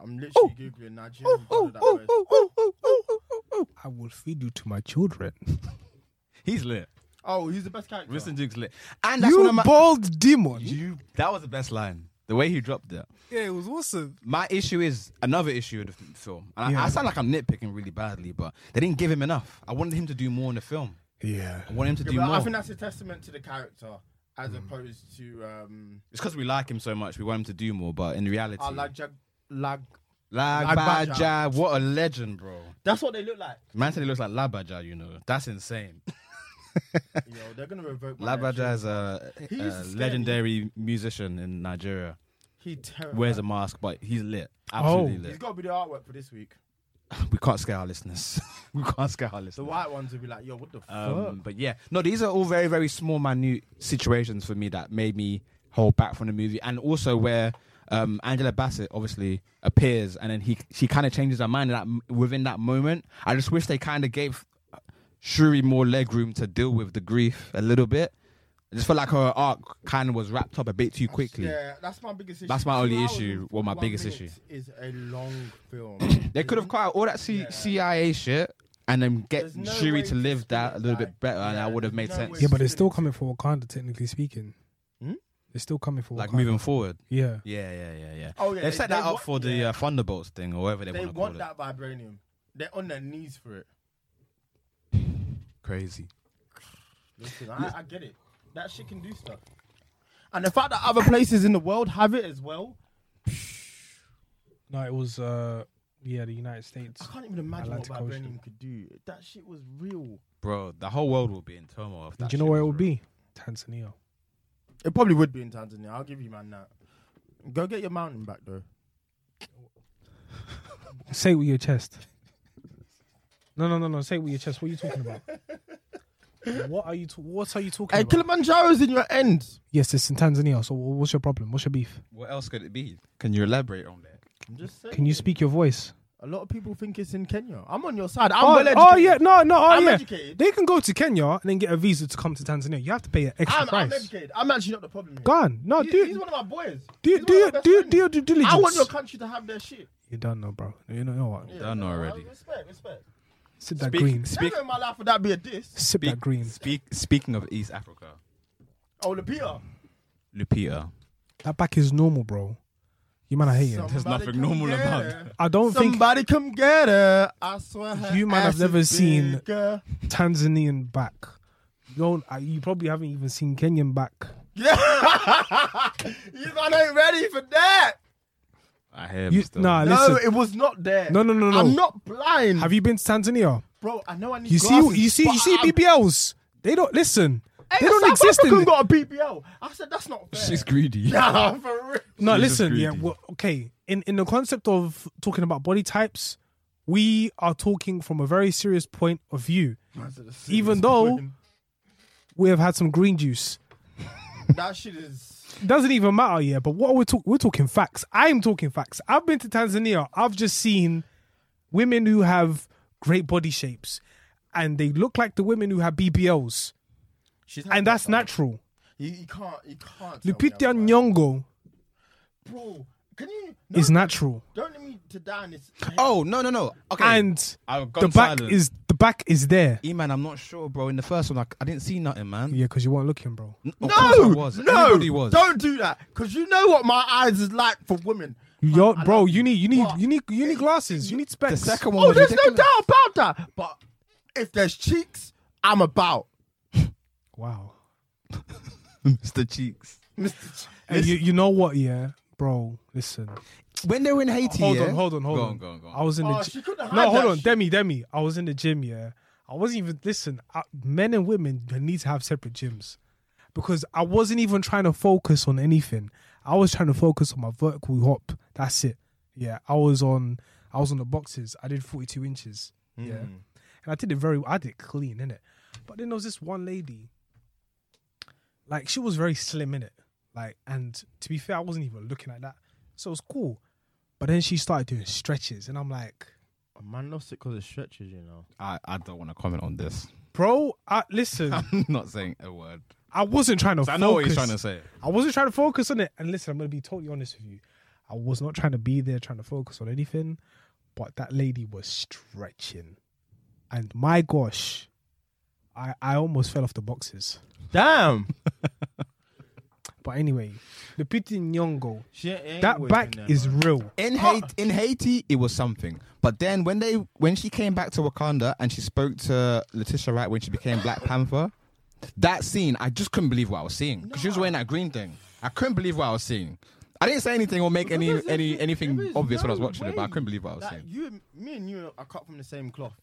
S3: I'm literally googling Nigerian brother that wears.
S2: oh,
S5: I will feed you to my children.
S2: He's lit.
S3: Oh, he's the best character.
S2: Winston Duke's lit. And that's one of
S5: you
S2: my.
S5: bald demon.
S2: you, that was the best line. The way he dropped it.
S5: yeah, it was awesome.
S2: My issue is another issue with the f- film. And I, I
S5: Yeah.
S2: sound like I'm nitpicking really badly, but they didn't give him enough. I wanted him to do more in the film.
S5: Yeah.
S2: I wanted him to
S3: Yeah,
S2: do Hmm.
S3: but
S2: more.
S3: I think that's a testament to the character as opposed to um,
S2: it's because we like him so much, we want him to do more. But in reality,
S3: our lag, lag.
S2: Labaja,
S3: Lagbaja.
S2: what a legend, bro!
S3: That's what they look like.
S2: Man said he looks like Labaja. You know, that's insane.
S3: Yo, they're gonna revoke. my
S2: Labaja
S3: election.
S2: is a,
S3: He used to
S2: a
S3: scare me.
S2: legendary musician in Nigeria.
S3: He terrified.
S2: wears a mask, but he's lit. Absolutely
S5: Oh.
S3: He's
S2: lit.
S3: got to be the artwork for this week.
S2: We can't scare our listeners. we can't scare our
S3: The
S2: listeners.
S3: white ones will be like, yo, what the fuck?
S2: Um, but yeah, no, these are all very, very small, minute situations for me that made me hold back from the movie, and also where um, Angela Bassett obviously appears, and then he she kind of changes her mind in that within that moment. I just wish they kind of gave Shuri more legroom to deal with the grief a little bit. I just felt like her arc kind of was wrapped up a bit too quickly.
S3: Yeah, that's my biggest issue.
S2: That's my
S3: Two
S2: only
S3: hours
S2: issue,
S3: and
S2: well, my
S3: 41
S2: biggest
S3: minutes
S2: issue.
S3: is a long film.
S2: They could have cut out all that C- CIA shit and then get
S3: There's no
S2: Shuri
S3: way
S2: to
S3: to
S2: live
S3: spin
S2: that
S3: it
S2: a little
S3: back.
S2: bit better, and
S3: Yeah,
S2: that would have made
S3: no
S2: sense.
S3: way.
S5: Yeah, but they're still coming for Wakanda, technically speaking.
S3: Hmm?
S5: They're still coming for
S2: Like
S5: Wakanda.
S2: moving forward.
S5: Yeah.
S2: Yeah, yeah, yeah, yeah.
S3: Oh, yeah,
S2: They've
S3: they-
S2: set
S3: they
S2: that up
S3: want-
S2: for the
S3: yeah.
S2: uh, Thunderbolts thing or whatever they,
S3: they
S2: want to call
S3: want
S2: it.
S3: that vibranium. They're on their knees for it.
S2: Crazy.
S3: Listen, I, I get it. That shit can do stuff. And the fact that other places in the world have it as well,
S5: No, it was uh yeah, the United
S3: I
S5: States.
S3: can't even imagine what
S5: Atlantic Ocean.
S3: vibranium could do. That shit was real.
S2: Bro, the whole world will be in turmoil if
S5: Do
S2: that
S5: you know
S2: shit
S5: where it
S2: was
S5: would
S2: real.
S5: be? Tanzania.
S3: It probably would be in Tanzania. I'll give you man that. Go get your mountain back though.
S5: Say it with your chest. No, no, no, no. Say it with your chest. What are you talking about? what are you? ta- what are you talking
S3: Hey,
S5: about?
S3: Kilimanjaro's in your end.
S5: yes, it's in Tanzania. So wh- what's your problem? What's your beef?
S2: What else could it be? Can you elaborate on that?
S3: I'm just saying.
S5: Can you speak your voice?
S3: A lot of people think it's in Kenya. I'm on your side. I'm
S5: Oh,
S3: well
S5: oh,
S3: educated.
S5: yeah, no, no, oh
S3: I'm
S5: yeah.
S3: educated.
S5: They can go to Kenya and then get a visa to come to Tanzania. You have to pay an extra
S3: I'm, I'm
S5: price.
S3: educated. I'm actually not the problem. Here.
S5: Gone. No,
S3: He-
S5: do
S3: he's one of my boys.
S5: do
S3: He's
S5: do
S3: one
S5: your
S3: of my best
S5: do you
S3: friends.
S5: do your due diligence.
S3: I want your country to have their shit.
S5: you don't know, bro. You know, you know what?
S3: Yeah,
S2: Done
S3: no,
S2: already.
S3: I- Respect, respect.
S5: Sip that green.
S2: speak,
S3: Never in my life would that be a diss.
S5: Sip that green.
S2: speak, speaking of East Africa,
S3: Oh, the Peter.
S2: Lupita.
S5: That back is normal, bro. You man, I hate you.
S3: Somebody
S2: nothing
S3: come
S2: normal
S3: get
S2: about
S3: her.
S5: I don't think
S3: Somebody come get her. I swear. Her
S5: You man have
S3: ass
S5: never
S3: is
S5: seen-
S3: bigger.
S5: Tanzanian back. You Don't uh, you probably haven't even seen Kenyan back?
S3: You man ain't ready for that.
S2: I hear
S5: You,
S2: him still.
S5: nah,
S3: No,
S5: listen.
S3: it was not there.
S5: No, no, no, no.
S3: I'm not blind,
S5: Have you been to Tanzania?
S3: bro. I know I need.
S5: You see,
S3: glasses,
S5: you see,
S3: but
S5: you see
S3: I- I'm-
S5: BBLs. They don't listen.
S3: Hey,
S5: They
S3: a
S5: don't
S3: South
S5: exist
S3: African
S5: in.
S3: got a BBL. I said that's not fair.
S2: She's greedy.
S3: nah, for real.
S5: No,
S2: She's
S5: listen.
S2: just
S5: Yeah,
S2: greedy.
S5: well, okay. In in the concept of talking about body types, we are talking from a very serious point of view. Even though we have had some green juice,
S3: that shit is.
S5: It doesn't even matter. Yeah, but what we're talking, we're talking facts. I'm talking facts. I've been to Tanzania. I've just seen women who have great body shapes, and they look like the women who have BBLs,
S3: She's
S5: and that's natural.
S3: You, you can't. You can't. tell me
S5: Lupita
S3: otherwise.
S5: Nyong'o
S3: Bro, can you? No,
S5: is natural,
S3: Don't let me to die on this.
S2: Oh no no no. Okay.
S5: and
S2: I've
S5: the
S2: gone
S5: back
S2: silent.
S5: is the back is there.
S2: E man, I'm not sure, bro. In the first one, like, I didn't see nothing, man.
S5: Yeah, because you weren't looking, bro.
S2: N-
S3: No,
S2: of course I was.
S3: no,
S2: Everybody was.
S3: don't do that, cause you know what my eyes is like for women.
S5: Yo,
S3: I
S5: bro,
S3: love
S5: you need you need
S3: but-
S5: you need you need glasses. You need
S2: The
S5: specs.
S2: second one.
S3: Oh,
S2: was
S3: there's
S2: ridiculous.
S3: no doubt about that. But if there's cheeks, I'm about.
S5: Wow.
S2: It's the cheeks.
S3: Mr.
S5: And you, you know what? Yeah, bro. Listen.
S2: When they were in Haiti,
S5: Hold
S2: yeah?
S5: on, hold on, hold
S2: Go
S5: on.
S2: on, go on, go on.
S5: I was in
S3: Oh,
S5: the
S3: she
S5: gym.
S3: couldn't hide
S5: No, hold
S3: that
S5: on,
S3: shit.
S5: Demi, Demi. I was in the gym. Yeah, I wasn't even. Listen, I, men and women they need to have separate gyms because I wasn't even trying to focus on anything. I was trying to focus on my vertical hop. That's it. Yeah, I was on. I was on the boxes. I did forty-two inches. Yeah,
S2: Hmm.
S5: and I did it very. I did it clean in it. But then there was this one lady. Like she was very slim in it. Like, and to be fair, I wasn't even looking at that, so it was cool. But then she started doing stretches, and I'm like,
S3: A man lost it because of stretches, you know.
S2: I, I don't want to comment on this.
S5: bro, I, listen,
S2: I'm not saying a word.
S5: I wasn't trying to.
S2: I
S5: focus.
S2: know what he's trying to say.
S5: I wasn't trying to focus on it. And listen, I'm gonna be totally honest with you. I was not trying to be there, trying to focus on anything. But that lady was stretching, and my gosh, I I almost fell off the boxes.
S3: Damn.
S5: But anyway, the Pity Nyong'o,
S3: She ain't
S5: that
S3: always
S5: back
S3: been there,
S5: is
S3: man.
S5: real.
S2: In Haiti, in Haiti, it was something. But then when they when she came back to Wakanda and she spoke to Letitia Wright when she became Black Panther, that scene I just couldn't believe what I was seeing. 'Cause She was wearing that green thing. I couldn't believe what I was seeing. I didn't say anything or make any
S3: Because there's-
S2: any
S3: there
S2: anything
S3: is
S2: obvious when I was
S3: no
S2: watching it, but I
S3: way
S2: couldn't believe what I was
S3: that
S2: seeing.
S3: You, and- me and you are cut from the same cloth.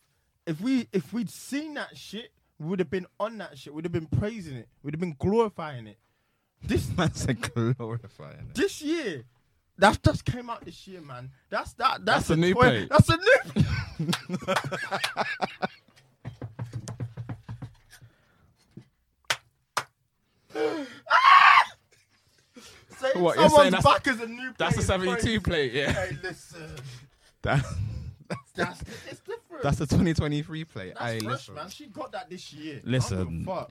S3: If we if we'd seen that shit, we would have been on that shit. We'd have been praising it. We'd have been glorifying it. This
S2: That's a glorifying. it.
S3: this year, that's just came out this year, man. That's that. That's,
S2: That's a new
S3: twen-
S2: plate.
S3: That's a new. Say
S2: What, you're saying that's-
S3: someone's back is a new.
S2: That's a
S3: plate is crazy.
S2: seventy-two plate. Yeah.
S3: Hey, listen.
S2: That-
S3: That's it's different.
S2: That's the 2023 play. I
S3: That's fresh,
S2: listen.
S3: man. She got that this year.
S2: Listen,
S3: I don't give a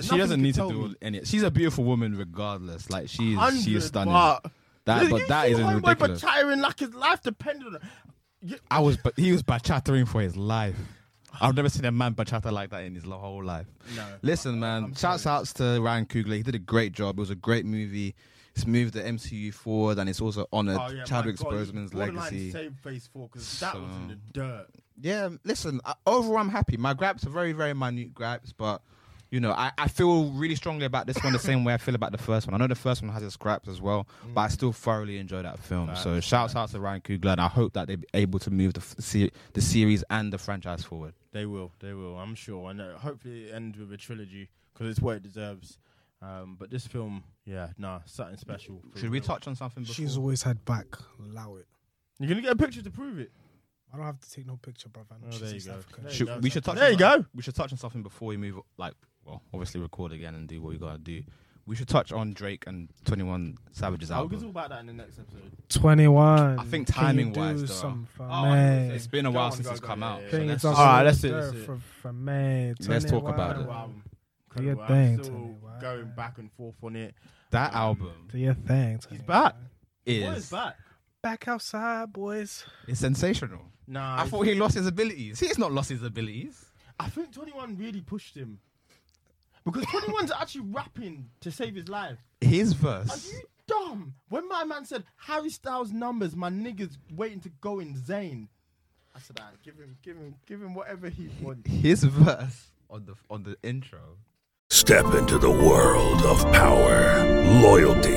S3: fuck.
S2: She doesn't need to do
S3: it.
S2: any. She's a beautiful woman, regardless. Like she's she's stunning.
S3: But
S2: That,
S3: you
S2: but that
S3: see
S2: isn't
S3: homeboy
S2: ridiculous.
S3: retiring like his life depended on it. You-
S2: I was, but he was bachattering for his life. I've never seen a man bachata like that in his lo- whole life.
S3: No.
S2: Listen, man. shouts outs to Ryan Coogler. He did a great job. It was a great movie. It's moved the MCU forward, and it's also honored
S3: Oh, yeah,
S2: Chadwick
S3: my God, you
S2: Boseman's
S3: borderline
S2: legacy.
S3: Saved Phase Four because that was in the dirt.
S2: yeah, um, listen, I, overall, I'm happy. My gripes are very, very minute gripes, but you know, I, I feel really strongly about this one the same way I feel about the first one. I know the first one has its gripes as well, but I still thoroughly enjoy that film. so, shouts out to Ryan Coogler, and I hope that they're able to move the, f- se- the series and the franchise forward.
S3: They will, they will. I'm sure. And uh, hopefully, it ends with a trilogy because it's what it deserves. Um, but this film, yeah, nah, something special. for
S2: Should we
S3: real.
S2: touch on something before?
S5: She's always had back. Allow it.
S3: You're gonna get a picture to prove it.
S5: I don't have to take no picture, brother.
S3: Oh,
S5: She's
S3: there you
S5: East
S3: go.
S5: African.
S3: There you go.
S2: Should, we should touch.
S3: There
S2: on
S3: you
S2: that-
S3: go.
S2: We should touch on something before we move. Like, well, obviously record again and do what we gotta do. We should touch on Drake and Twenty One Savage's
S3: I'll talk
S2: album.
S3: about that in the next episode.
S5: 21.
S2: I think timing wise, though. Oh, It's been a
S3: Oh, Go
S2: while
S3: on,
S2: since
S3: go,
S2: it's
S3: go,
S2: come
S3: yeah,
S2: out.
S3: yeah,
S2: so
S3: yeah.
S2: let's-
S3: All right, let's do this.
S5: From, from May
S2: Let's talk
S5: 21.
S2: about it.
S3: Album.
S5: Do your
S3: Incredible.
S5: thing,
S3: I'm still
S5: Tony, wow.
S3: going back and forth on it.
S2: That album
S5: Do your thing. Tony.
S3: He's back. What is
S2: is
S3: back?
S5: Back outside, boys.
S2: it's sensational.
S3: Nah,
S2: I thought he lost his abilities. He's not lost his abilities.
S3: I think 21 really pushed him. Because 21's actually rapping to save his life.
S2: His
S3: Are
S2: verse.
S3: you dumb? When my man said Harry Styles numbers, my niggas waiting to go insane. I said, ah, give him, give him, give him whatever he wants.
S2: His verse on the on the intro.
S6: Step into the world of power, loyalty,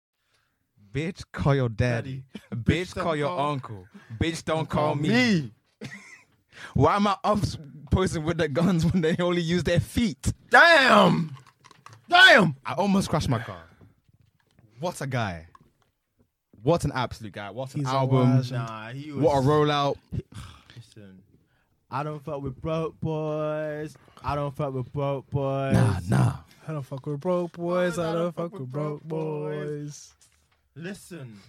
S2: Bitch, call your daddy. Bitch,
S3: don't
S2: call your
S3: call-
S2: uncle. Bitch, don't call me. Why am I up posing with the guns when they only use their feet?
S3: Damn! Damn!
S2: I almost crashed my car. What a guy. What an absolute guy. What an
S5: He's a
S2: album.
S5: wise-
S3: Nah, he was.
S2: what a rollout.
S3: Listen, I don't fuck with broke boys. I don't fuck with broke boys.
S2: nah.
S5: I don't fuck with broke boys. I don't fuck with broke boys.
S3: Listen,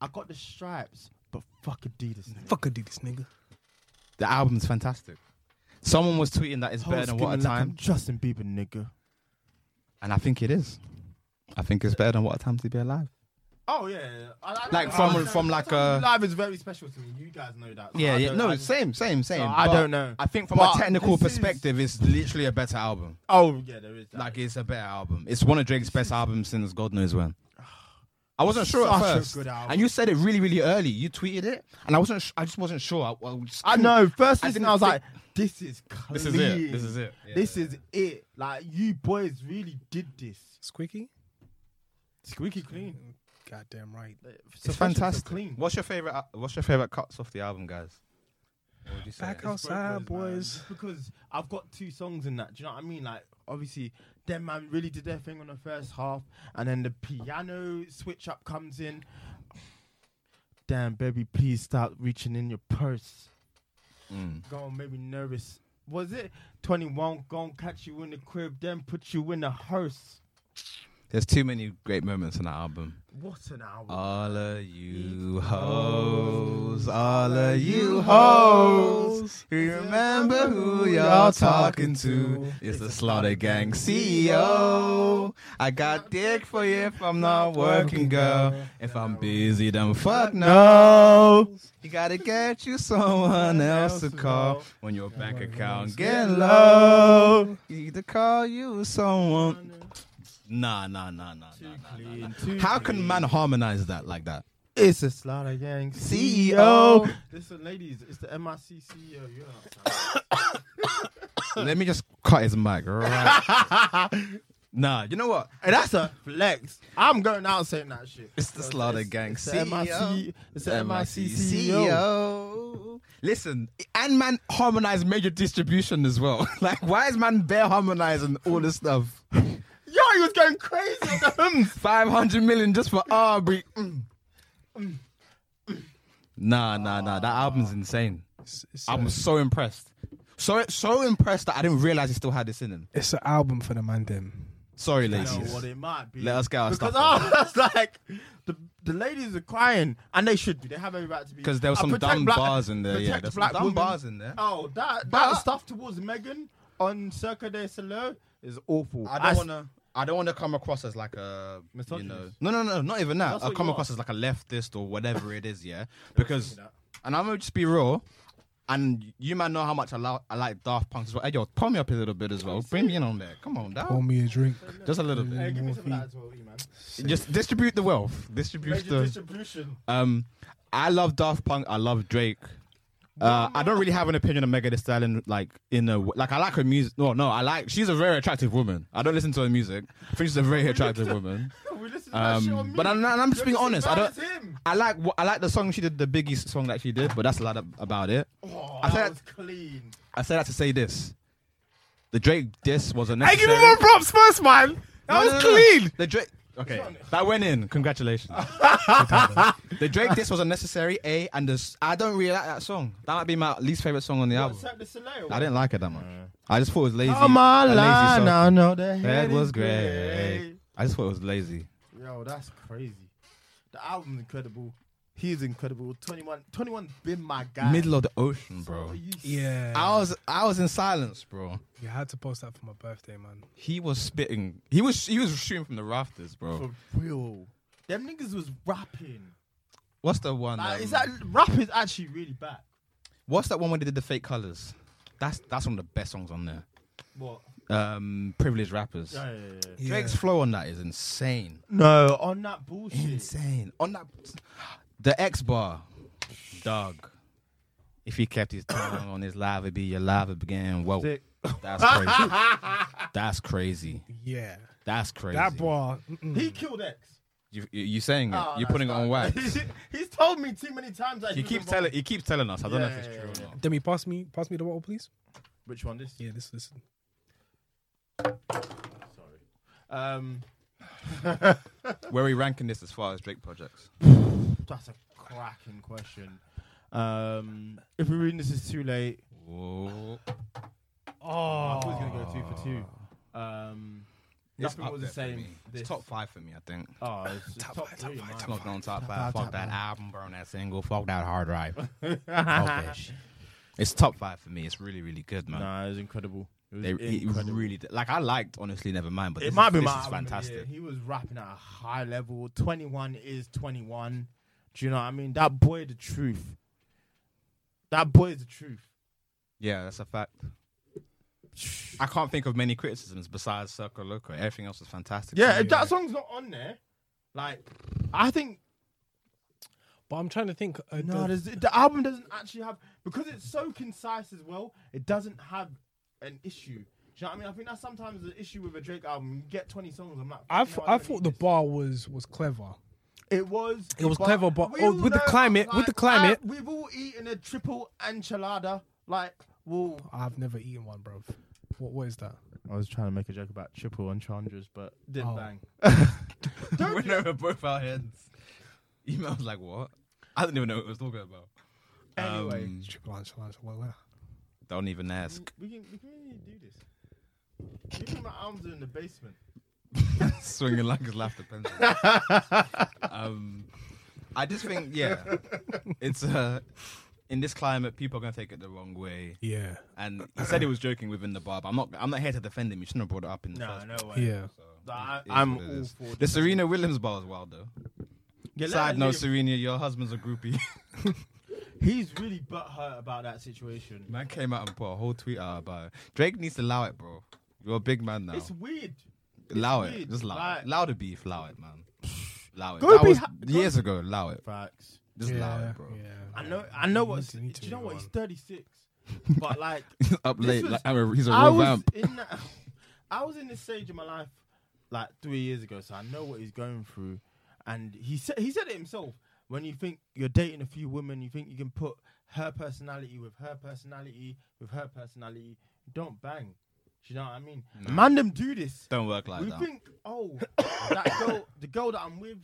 S3: I got the stripes, but fuck Adidas. nigga.
S5: Fuck a this nigga.
S2: The album's fantastic. Someone was tweeting that it's
S3: Whole
S2: better than What a
S3: skinny like I'm
S2: Time.
S3: Justin Bieber, nigga.
S2: And I think it is. I think it's better than What a Time to Be Alive.
S3: Oh yeah, I, I
S2: Like, from- from, like, a-
S3: live is very special to me. You guys know that. so I don't-
S2: No,
S3: I-
S2: same, same, same.
S3: I
S2: But
S3: don't know.
S2: I think from
S3: But
S2: a technical
S3: this is-
S2: perspective, it's literally a better album.
S3: Oh yeah, there is. That.
S2: Like, it's a better album. It's one of Drake's best albums since God knows when. I wasn't sure at
S3: Such a
S2: first,
S3: good album.
S2: and you said it really, really early. You tweeted it, and I wasn't. Sh- I just wasn't sure. I, I, just
S3: I
S2: couldn't-
S3: know. First
S2: I
S3: listen,
S2: didn't
S3: I, was
S2: think-
S3: like, this is clean.
S2: This is it. This is it. Yeah.
S3: This is it. Like you boys really did this.
S5: Squeaky?
S3: Squeaky clean.
S5: Goddamn right.
S2: It's fantastic. What's your favorite? al- What's your favorite cuts off the album, guys? What would you say?
S5: Back outside, boys.
S3: Just because I've got two songs in that. Do you know what I mean? Like, obviously, them man really did their thing on the first half, and then the piano switch up comes in. Damn, baby, please stop reaching in your purse. Go on, made me nervous. Was it 21? Gonna catch you in the crib, then put you in the hearse.
S2: There's too many great moments on that album.
S3: What an hour.
S2: All of you hoes, all of you hoes,
S5: hoes,
S2: you remember who you're talking to. It's the Slaughter Gang CEO. I got dick for you if I'm not working, girl. If I'm busy, then fuck no. You gotta get you someone else to call when your bank account get low. Either call you someone. Nah, nah, nah, nah, nah, nah.
S3: Clean, too
S2: How
S3: clean.
S2: can man harmonize that like that?
S3: It's a slaughter gang E
S2: CEO.
S3: Listen, ladies, it's the MIC CEO. You know
S2: Let me just cut his mic. Right. Nah, you know what?
S3: Hey, that's a flex. I'm going out saying that shit.
S2: It's the
S3: Yo,
S2: Slaughter
S3: it's-
S2: Gang E
S3: It's the MIC.
S2: CEO.
S3: It's the MIC
S2: E
S3: CEO.
S2: CEO. Listen, and man harmonized major distribution as well. Like, why is man bear harmonizing all this stuff?
S3: Yo, he was going crazy. on the hymns.
S2: Five hundred million just for Aubrey. Mm. Nah, nah, nah. That album's insane.
S3: uh,
S2: I'm so impressed. So so impressed that I didn't realize he still had this in him.
S5: It's an album for the man them.
S2: Sorry,
S3: I know
S2: ladies.
S3: what it might be.
S2: Let us get our
S3: because
S2: stuff
S3: I was like, the, the ladies are crying, and they should be. They have every right to be.
S2: 'Cause there was
S3: I
S2: some
S3: protect
S2: dumb bars in there, yeah,
S3: protect
S2: there's some
S3: black
S2: dumb
S3: women.
S2: bars in there.
S3: Oh, that
S2: But-
S3: that stuff towards Megan on Circa de Soleil is awful.
S2: I don't
S3: s-
S2: want to. I don't want to come across as like a you know.
S3: Misogynist.
S2: No, no, no, not even that.
S3: That's
S2: I
S3: what
S2: come
S3: you
S2: across
S3: are.
S2: as like a leftist or whatever it is, yeah. Because,
S3: that.
S2: and I'm gonna just be real. And you might know how much I, lo- I like Daft Punk as well. Hey, yo, pull me up a little bit as well. Bring me in on there. Come on,
S5: Pour
S2: down.
S5: me a drink.
S2: Just a little bit.
S3: Hey, give me some of that as well, you man.
S2: Just distribute the wealth. Distribute
S3: Major
S2: the.
S3: distribution.
S2: Um, I love Daft Punk. I love Drake. Uh, I don't really have an opinion on Megan Thee Stallion. Like in a like, I like her music. No, no, I like. She's a very attractive woman. I don't listen to her music. I think she's a very attractive woman.
S3: we listen to that shit on
S2: Um,
S3: me.
S2: but I'm, not- I'm just
S3: You're
S2: being honest. I
S3: bad
S2: don't.
S3: as him.
S2: I like what I like the song she did, the Biggie song that she did, but that's a lot ab- about it.
S3: Oh,
S2: I
S3: that,
S2: said-
S3: was clean.
S2: I say that to say this: the Drake diss was
S5: Hey,
S2: unnecessary.
S5: give me more props first, man. That
S2: No,
S5: was
S2: no, no, no.
S5: clean.
S2: The Drake. Okay, that went in. Congratulations. the Drake diss was unnecessary. A and this, I don't really like that song. That might be my least favorite song on the album.
S3: Cirque du Soleil.
S2: I didn't like it that much. I just thought it was lazy.
S3: Come on,
S2: a lazy
S3: line,
S2: song.
S3: I know the
S2: That
S3: head
S2: was
S3: is
S2: great. I just thought it was lazy.
S3: Yo, that's crazy. The album's incredible. He's incredible. 21, 21 been my guy.
S2: Middle of the ocean,
S3: Oh,
S2: bro.
S5: Yeah.
S2: I was I was in silence, bro.
S5: Yeah, I had to post that for my birthday, man.
S2: He was spitting. He was he was shooting from the rafters, bro.
S3: For real. Them niggas was rapping.
S2: What's the one?
S3: Like,
S2: um,
S3: is that rap is actually really bad.
S2: what's that one where they did the fake colors? That's that's one of the best songs on there.
S3: What?
S2: Um, privileged rappers.
S3: Yeah, yeah, yeah, yeah.
S2: Drake's flow on that is insane.
S3: No, on that bullshit.
S2: Insane. On that, the X bar, dog. If he kept his tongue on his live, it'd be your live again. Whoa,
S3: Sick.
S2: that's crazy. that's crazy.
S5: Yeah.
S2: That's crazy.
S5: That bar. mm-mm.
S3: He killed X.
S2: You, you you saying it?
S3: Oh,
S2: You're
S3: that's
S2: putting it on
S3: bad.
S2: wax.
S3: He's told me too many times that
S2: He
S3: was
S2: keeps
S3: involved.
S2: telling. He keeps telling us. I don't know if it's
S3: Yeah,
S2: true
S3: yeah,
S2: or not.
S5: Demi, pass me, pass me the bottle, please.
S3: Which one? This?
S5: Yeah, this, listen.
S3: Um,
S2: Where are we ranking this as far as Drake projects?
S3: that's a cracking question. Um, if we're reading this is too late.
S2: Whoa.
S3: I thought it was gonna go two for two. Um,
S2: It's
S3: nothing
S2: up
S3: was the
S2: there for
S3: same.
S2: me. It's top five for me, I think.
S3: Oh, it's, it's top, three, man.
S2: It's not going top five. Fuck that album, burn that single, fuck that hard drive. Fuck that shit. It's top five for me. It's really, really good, man.
S3: Nah, it was incredible. It, was
S2: They, it
S3: incredible.
S2: really did. like. I liked honestly. Never mind, but
S3: It
S2: this
S3: might
S2: is,
S3: be
S2: this
S3: my
S2: is
S3: album of the year.
S2: fantastic.
S3: He was rapping at a high level. Twenty one is twenty one. Do you know what I mean? That boy, the truth. That boy is the truth.
S2: Yeah, that's a fact. I can't think of many criticisms besides Circle Loco. Everything else was fantastic.
S3: Yeah, if that song's not on there, like, I think
S5: But I'm trying to think. Uh,
S3: No,
S5: the,
S3: there's, the album doesn't actually have because it's so concise as well. It doesn't have an issue. Do you know what I mean? I think that's sometimes the issue with a Drake album. You get 20 songs. I'm like,
S5: I,
S3: "No,
S5: th-
S3: don't
S5: I
S3: need
S5: thought the
S3: this."
S5: bar was was clever.
S3: It was.
S5: It was clever, but-
S3: we
S5: oh,
S3: all
S5: with the
S3: know,
S5: climate- with the climate-
S3: I- we've all eaten a triple enchilada. Like, well,
S5: I've never eaten one, bro. What what is that?
S3: I was trying to make a joke about triple entendres, but didn't
S5: Oh.
S3: bang.
S2: we never both our heads. Email was like, "What? I didn't even know what it was talking about."
S3: Anyway,
S2: Um,
S5: Triple enchilada. What, what?
S2: don't even ask.
S3: we can we can really do this. You think my arms are in the basement?
S2: swinging like his laughter pencil. um, I just think, yeah, it's uh, in this climate, people are gonna take it the wrong way.
S5: Yeah.
S2: And he said he was joking within the bar, but I'm not. I'm not here to defend him. You shouldn't have brought it up in the first. place.
S3: way.
S5: Yeah.
S3: Nah, I,
S2: It is
S3: I'm
S2: what it
S3: all
S2: is.
S3: for it.
S2: the Serena Williams bar as well, though.
S3: Yeah, let
S2: Side
S3: her
S2: note,
S3: live.
S2: Serena, your husband's a groupie.
S3: He's really butthurt about that situation.
S2: man came out and put a whole tweet out about it. Drake needs to allow it, bro. You're a big man now.
S3: It's weird.
S2: allow it.
S3: weird,
S2: Just allow
S3: like-
S2: it. Allow the beef. Allow it, man. Allow it.
S3: Go
S2: that
S3: be
S2: was
S3: ha- go-
S2: years ago. Allow it.
S3: Facts.
S2: Just allow
S5: Yeah.
S2: it, bro.
S3: I know. I know what.
S5: need to
S3: Do you know
S5: move
S3: what? He's
S5: on.
S3: 36, but like
S2: up
S3: This
S2: late.
S3: was-
S2: like, I'm a, he's a
S3: I
S2: real
S3: was
S2: vamp.
S3: in. That, I was in this stage of my life like three years ago, so I know what he's going through. And he said he said it himself. When you think you're dating a few women, you think you can put her personality with her personality with her personality. Don't bang. Do you know what I mean? Man, them do this.
S2: Don't work like
S3: we
S2: that.
S3: think, oh, that girl, the girl that I'm with,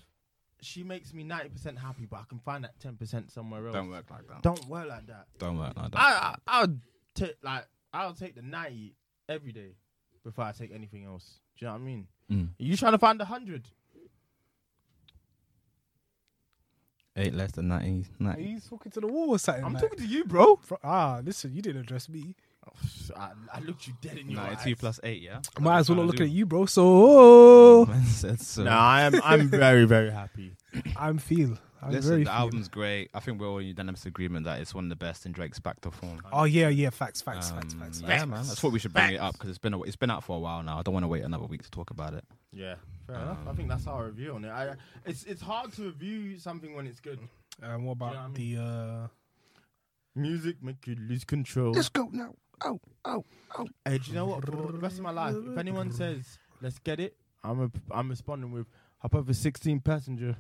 S3: she makes me ninety percent happy, but I can find that ten percent somewhere else.
S2: Don't work like that.
S3: Don't work like that.
S2: Don't work like that.
S3: I, I I'll take like I'll take the ninety every day before I take anything else. Do you know what I mean? Are you trying to find a hundred?
S2: Eight less than 90.
S5: Are
S2: 90.
S5: you talking to the wall or something?
S3: I'm
S5: like?
S3: talking to you, bro.
S5: Fro- ah, listen, you didn't address me.
S3: I, I looked you dead in your eyes.
S2: 92 plus 8, yeah?
S5: Might as well not look at you, bro. So
S2: Man said so.
S3: No, I'm I'm very very happy.
S5: I'm feel. I'm
S2: Listen,
S5: very
S2: the
S5: feel.
S2: album's great. I think we're all in unanimous agreement that it's one of the best in Drake's back to form.
S5: Oh yeah, yeah. Facts, facts,
S2: Um,
S5: facts, facts.
S2: yeah,
S5: facts.
S2: man. That's what we should bring it up because it's been a, it's been out for a while now. I don't want to wait another week to talk about it.
S3: Yeah, fair enough. I think that's our review on it. I, it's it's hard to review something when it's good.
S5: And Um, what about
S3: what I
S5: the? uh
S3: Music make you lose control. Let's go now. Oh, oh, oh. Hey, do you know what? For the rest of my life, if anyone says, let's get it, I'm a, I'm responding with, hop over 16 passenger.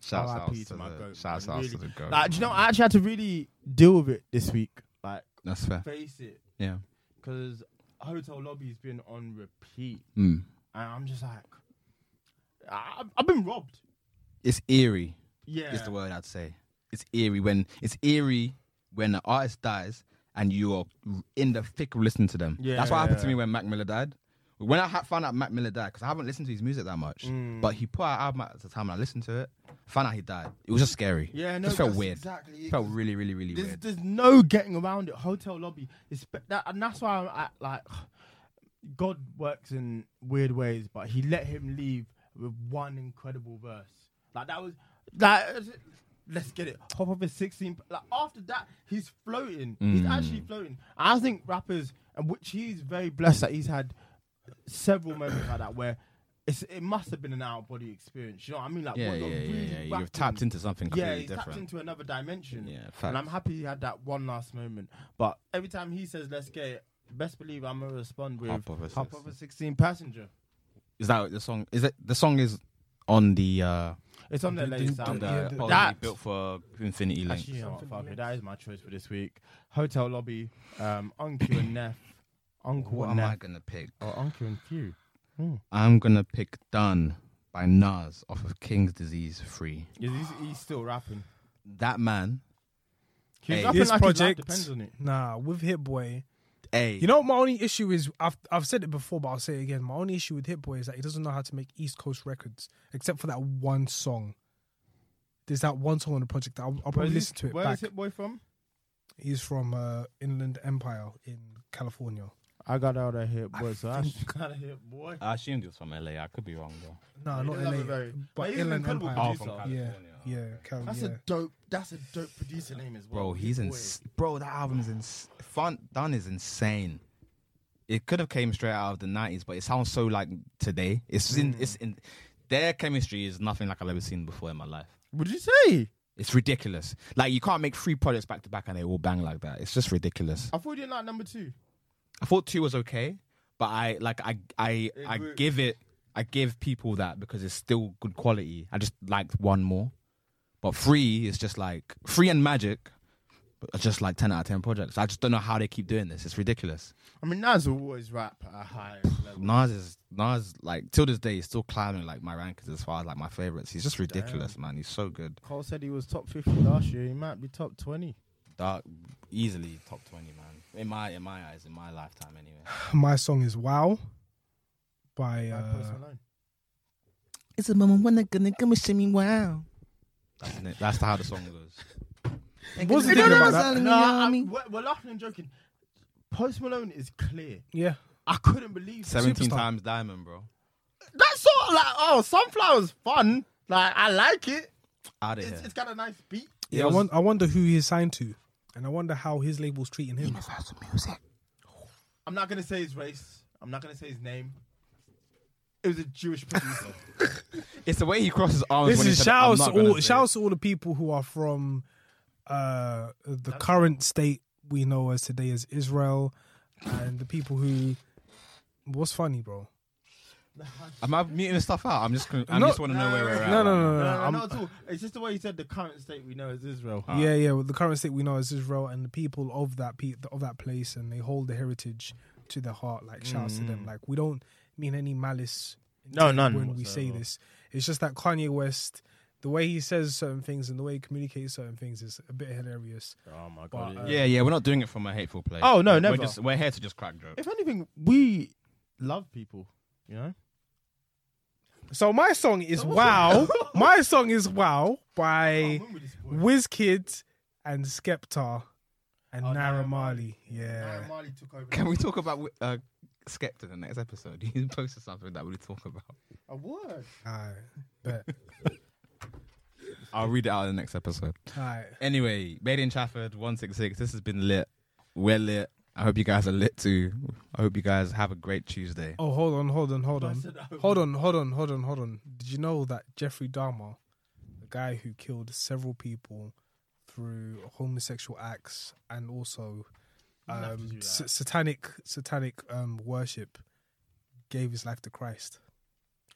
S2: Shouts
S3: RIP
S2: out to,
S3: my
S2: the
S3: goat,
S2: shouts
S3: man,
S2: out to
S3: really.
S2: the goat.
S3: Like, do you know, I actually had to really deal with it this week. Like,
S2: That's fair.
S3: face it,
S2: Yeah.
S3: because hotel lobby's been on repeat.
S2: Mm.
S3: And I'm just like, I, I've been robbed.
S2: It's eerie.
S3: Yeah.
S2: Is the word I'd say. It's eerie when it's eerie when an artist dies and you are in the thick of listening to them. That's what happened to me when Mac Miller died. When I ha- found out Mac Miller died, because I haven't listened to his music that much,
S3: Mm.
S2: but he put out an album at the time and I listened to it, found out he died. It was just scary.
S3: Yeah, no,
S2: just felt
S3: that's
S2: weird.
S3: exactly it,
S2: Felt
S3: 'cause
S2: really, really, really
S3: There's,
S2: weird.
S3: there's no getting around it. Hotel lobby, it's, spe- that, and that's why I'm at, like, God works in weird ways, but He let him leave with one incredible verse. Like that was that. was- Let's get it. Hop over sixteen. Like after that, he's floating. He's actually
S2: Mm.
S3: floating. I think rappers, and which he's very blessed that he's had several moments like that where. It's, it must have been an out of body experience. You know what I mean? Like,
S2: Yeah,
S3: what you're
S2: yeah, yeah,
S3: really
S2: yeah. You've
S3: rapping.
S2: tapped into something
S3: Yeah,
S2: completely
S3: he's tapped
S2: different.
S3: into another dimension.
S2: Yeah,
S3: and I'm
S2: facts.
S3: happy he had that one last moment. But every time he says, "Let's get," it, best believe I'm gonna respond with
S2: Hop over
S3: "Hop
S2: 16.
S3: over 16 passenger."
S2: Is that the song? Is it the song is on the uh
S3: It's on their latest
S2: on
S3: album.
S2: the
S5: Yeah,
S2: probably
S3: that-
S2: built for Infinity Link?
S3: Actually, you know what, fuck it, that is my choice for this week. Hotel lobby, um, Uncle and Neff, Uncle
S2: What
S3: and
S2: am I
S3: Neff,
S2: gonna pick?
S3: or Uncle and Few.
S2: I'm gonna pick Done by Nas off of King's Disease Free.
S3: Yeah, he's, he's still rapping.
S2: That man,
S3: He's
S2: Hey.
S3: rapping
S5: This
S3: like his life
S5: project
S3: depends on it.
S5: Nah, with Hit Boy.
S2: hey,
S5: You know what my only issue is I've I've said it before, but I'll say it again. My only issue with Hit Boy is that he doesn't know how to make East Coast records, except for that one song. There's that one song on the project that I'll, I'll
S3: Where
S5: probably
S3: is
S5: listen
S3: this-
S5: to it
S3: where is
S5: back.
S3: Hit Boy from?
S5: He's from uh, Inland Empire in California.
S3: I got out of Hit Boy, so I got out of Hit Boy.
S2: I assumed it was from LA. I could be wrong though.
S5: No,
S3: He
S5: not
S3: does have a
S5: LA,
S3: very- but
S5: but
S3: he's an
S5: Inland
S3: incredible
S5: Empire.
S2: Oh,
S3: producer.
S2: from
S5: yeah,
S2: California.
S5: yeah, Cal-
S3: That's
S5: yeah.
S3: a dope. That's a dope producer name as well.
S2: Bro, he's
S3: Hit
S2: in.
S3: Boy.
S2: Bro, that album's in. Fun Done is insane. It could have came straight out of the '90s, but it sounds so like today. It's in. It's in. Their chemistry is nothing like I've ever seen before in my life.
S3: Would you say?
S2: It's ridiculous. Like you can't make three products back to back and they all bang like that. It's just ridiculous.
S3: I thought you didn't like number two.
S2: I thought two was okay, but I like I I I
S3: works.
S2: give it I give people that because it's still good quality. I just liked one more, but three is just like three and magic. But are just like ten out of ten projects. I just don't know how they keep doing this. It's ridiculous.
S3: I mean, Nas will always rap at a higher level.
S2: Nas is Nas like till this day he's still climbing like my rankings as far as like my favorites. He's just ridiculous, man. He's so good.
S3: Cole said he was top 50 last year. He might be top 20.
S2: Dark, easily top twenty, man. In my in my eyes, in my lifetime, anyway.
S5: My song is Wow
S3: By
S5: by uh,
S3: Post Malone.
S2: It's a moment when they're gonna come and me wow. That's, it. That's how the song goes.
S5: What's the thing about that?
S3: Nah, I- we're, we're laughing and joking. Post Malone is clear.
S5: Yeah.
S3: I couldn't believe that.
S2: 17
S5: Superstar.
S2: times diamond, bro.
S3: That's sort of like, oh, Sunflower's fun. Like, I like it.
S2: Out of
S3: It's,
S2: here.
S3: it's got a nice beat.
S5: Yeah, I, won- I wonder who he's signed to, and I wonder how his label's treating him.
S3: I'm not going to say his race. I'm not going to say his name. It was a Jewish producer.
S2: It's the way he crosses arms.
S5: This
S2: when he
S5: is
S2: said, "I'm
S5: shouts to
S2: not gonna
S5: all
S2: say it."
S5: shouts to all the people who are from uh, the current state we know as today as Israel, and the people who. What's funny, bro?
S2: Am I muting this stuff out? I'm just. Gonna, I
S5: No.
S2: just want to know where we're at.
S5: No, no, no, no.
S3: No, no,
S5: I'm-
S3: not at all. It's just the way you said the current state we know is Israel.
S5: yeah, yeah. Well, the current state we know is Israel, and the people of that pe- of that place, and they hold the heritage to their heart. Like shouts to
S2: Mm.
S5: them. Like we don't mean any malice
S3: No, none.
S5: when we say
S3: whatsoever.
S5: this. It's just that Kanye West, the way he says certain things and the way he communicates certain things is a bit hilarious.
S3: Oh my
S5: But,
S3: god.
S5: uh,
S2: Yeah, yeah. We're not doing it from a hateful place.
S3: Oh, no,
S2: We're
S3: never.
S2: just- we're here to just crack jokes.
S3: if anything, we love people. You know.
S5: So my song is Wow. my song is Wow by
S3: when were this boy?
S5: Wizkid and Skepta and Naira
S3: Naira
S5: Marley. Yeah.
S3: Marley took over.
S2: Can we talk about uh, Skepta in the next episode? You posted something that we talk about.
S3: A word.
S5: Alright. Bet.
S2: I'll read it out in the next episode.
S5: Alright.
S2: Anyway, Made in Trafford 166. This has been lit. We're lit. I hope you guys are lit too. I hope you guys have a great Tuesday.
S5: Oh hold on, hold on, hold on. Hold on, hold on, hold on, hold on. Did you know that Jeffrey Dahmer, the guy who killed several people through homosexual acts and also um, sa- satanic satanic um, worship, gave his life to Christ.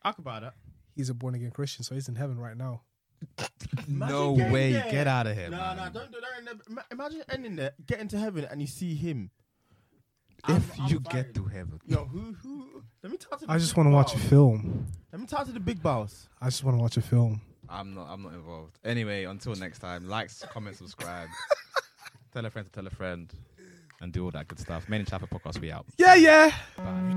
S3: I could buy that.
S5: He's a born again Christian, so he's in heaven right now.
S2: no
S3: getting
S2: way.
S3: there.
S2: Get out of here.
S3: No,
S2: man.
S3: no, don't do that. In the, ma- imagine ending there, getting to heaven, and you see him.
S2: If
S3: I'm- I'm
S2: you
S3: fired.
S2: get to heaven.
S3: Yo, who, who? Let me talk to. The
S5: I just
S3: big
S5: want to watch a
S3: boss.
S5: film.
S3: Let me talk to the big boss.
S5: I just want to watch a film.
S2: I'm not. I'm not involved. Anyway, until next time, like, comment, subscribe, tell a friend to tell a friend, and do all that good stuff. Main and Chapel podcast. We out.
S5: Yeah, yeah.
S2: Bye.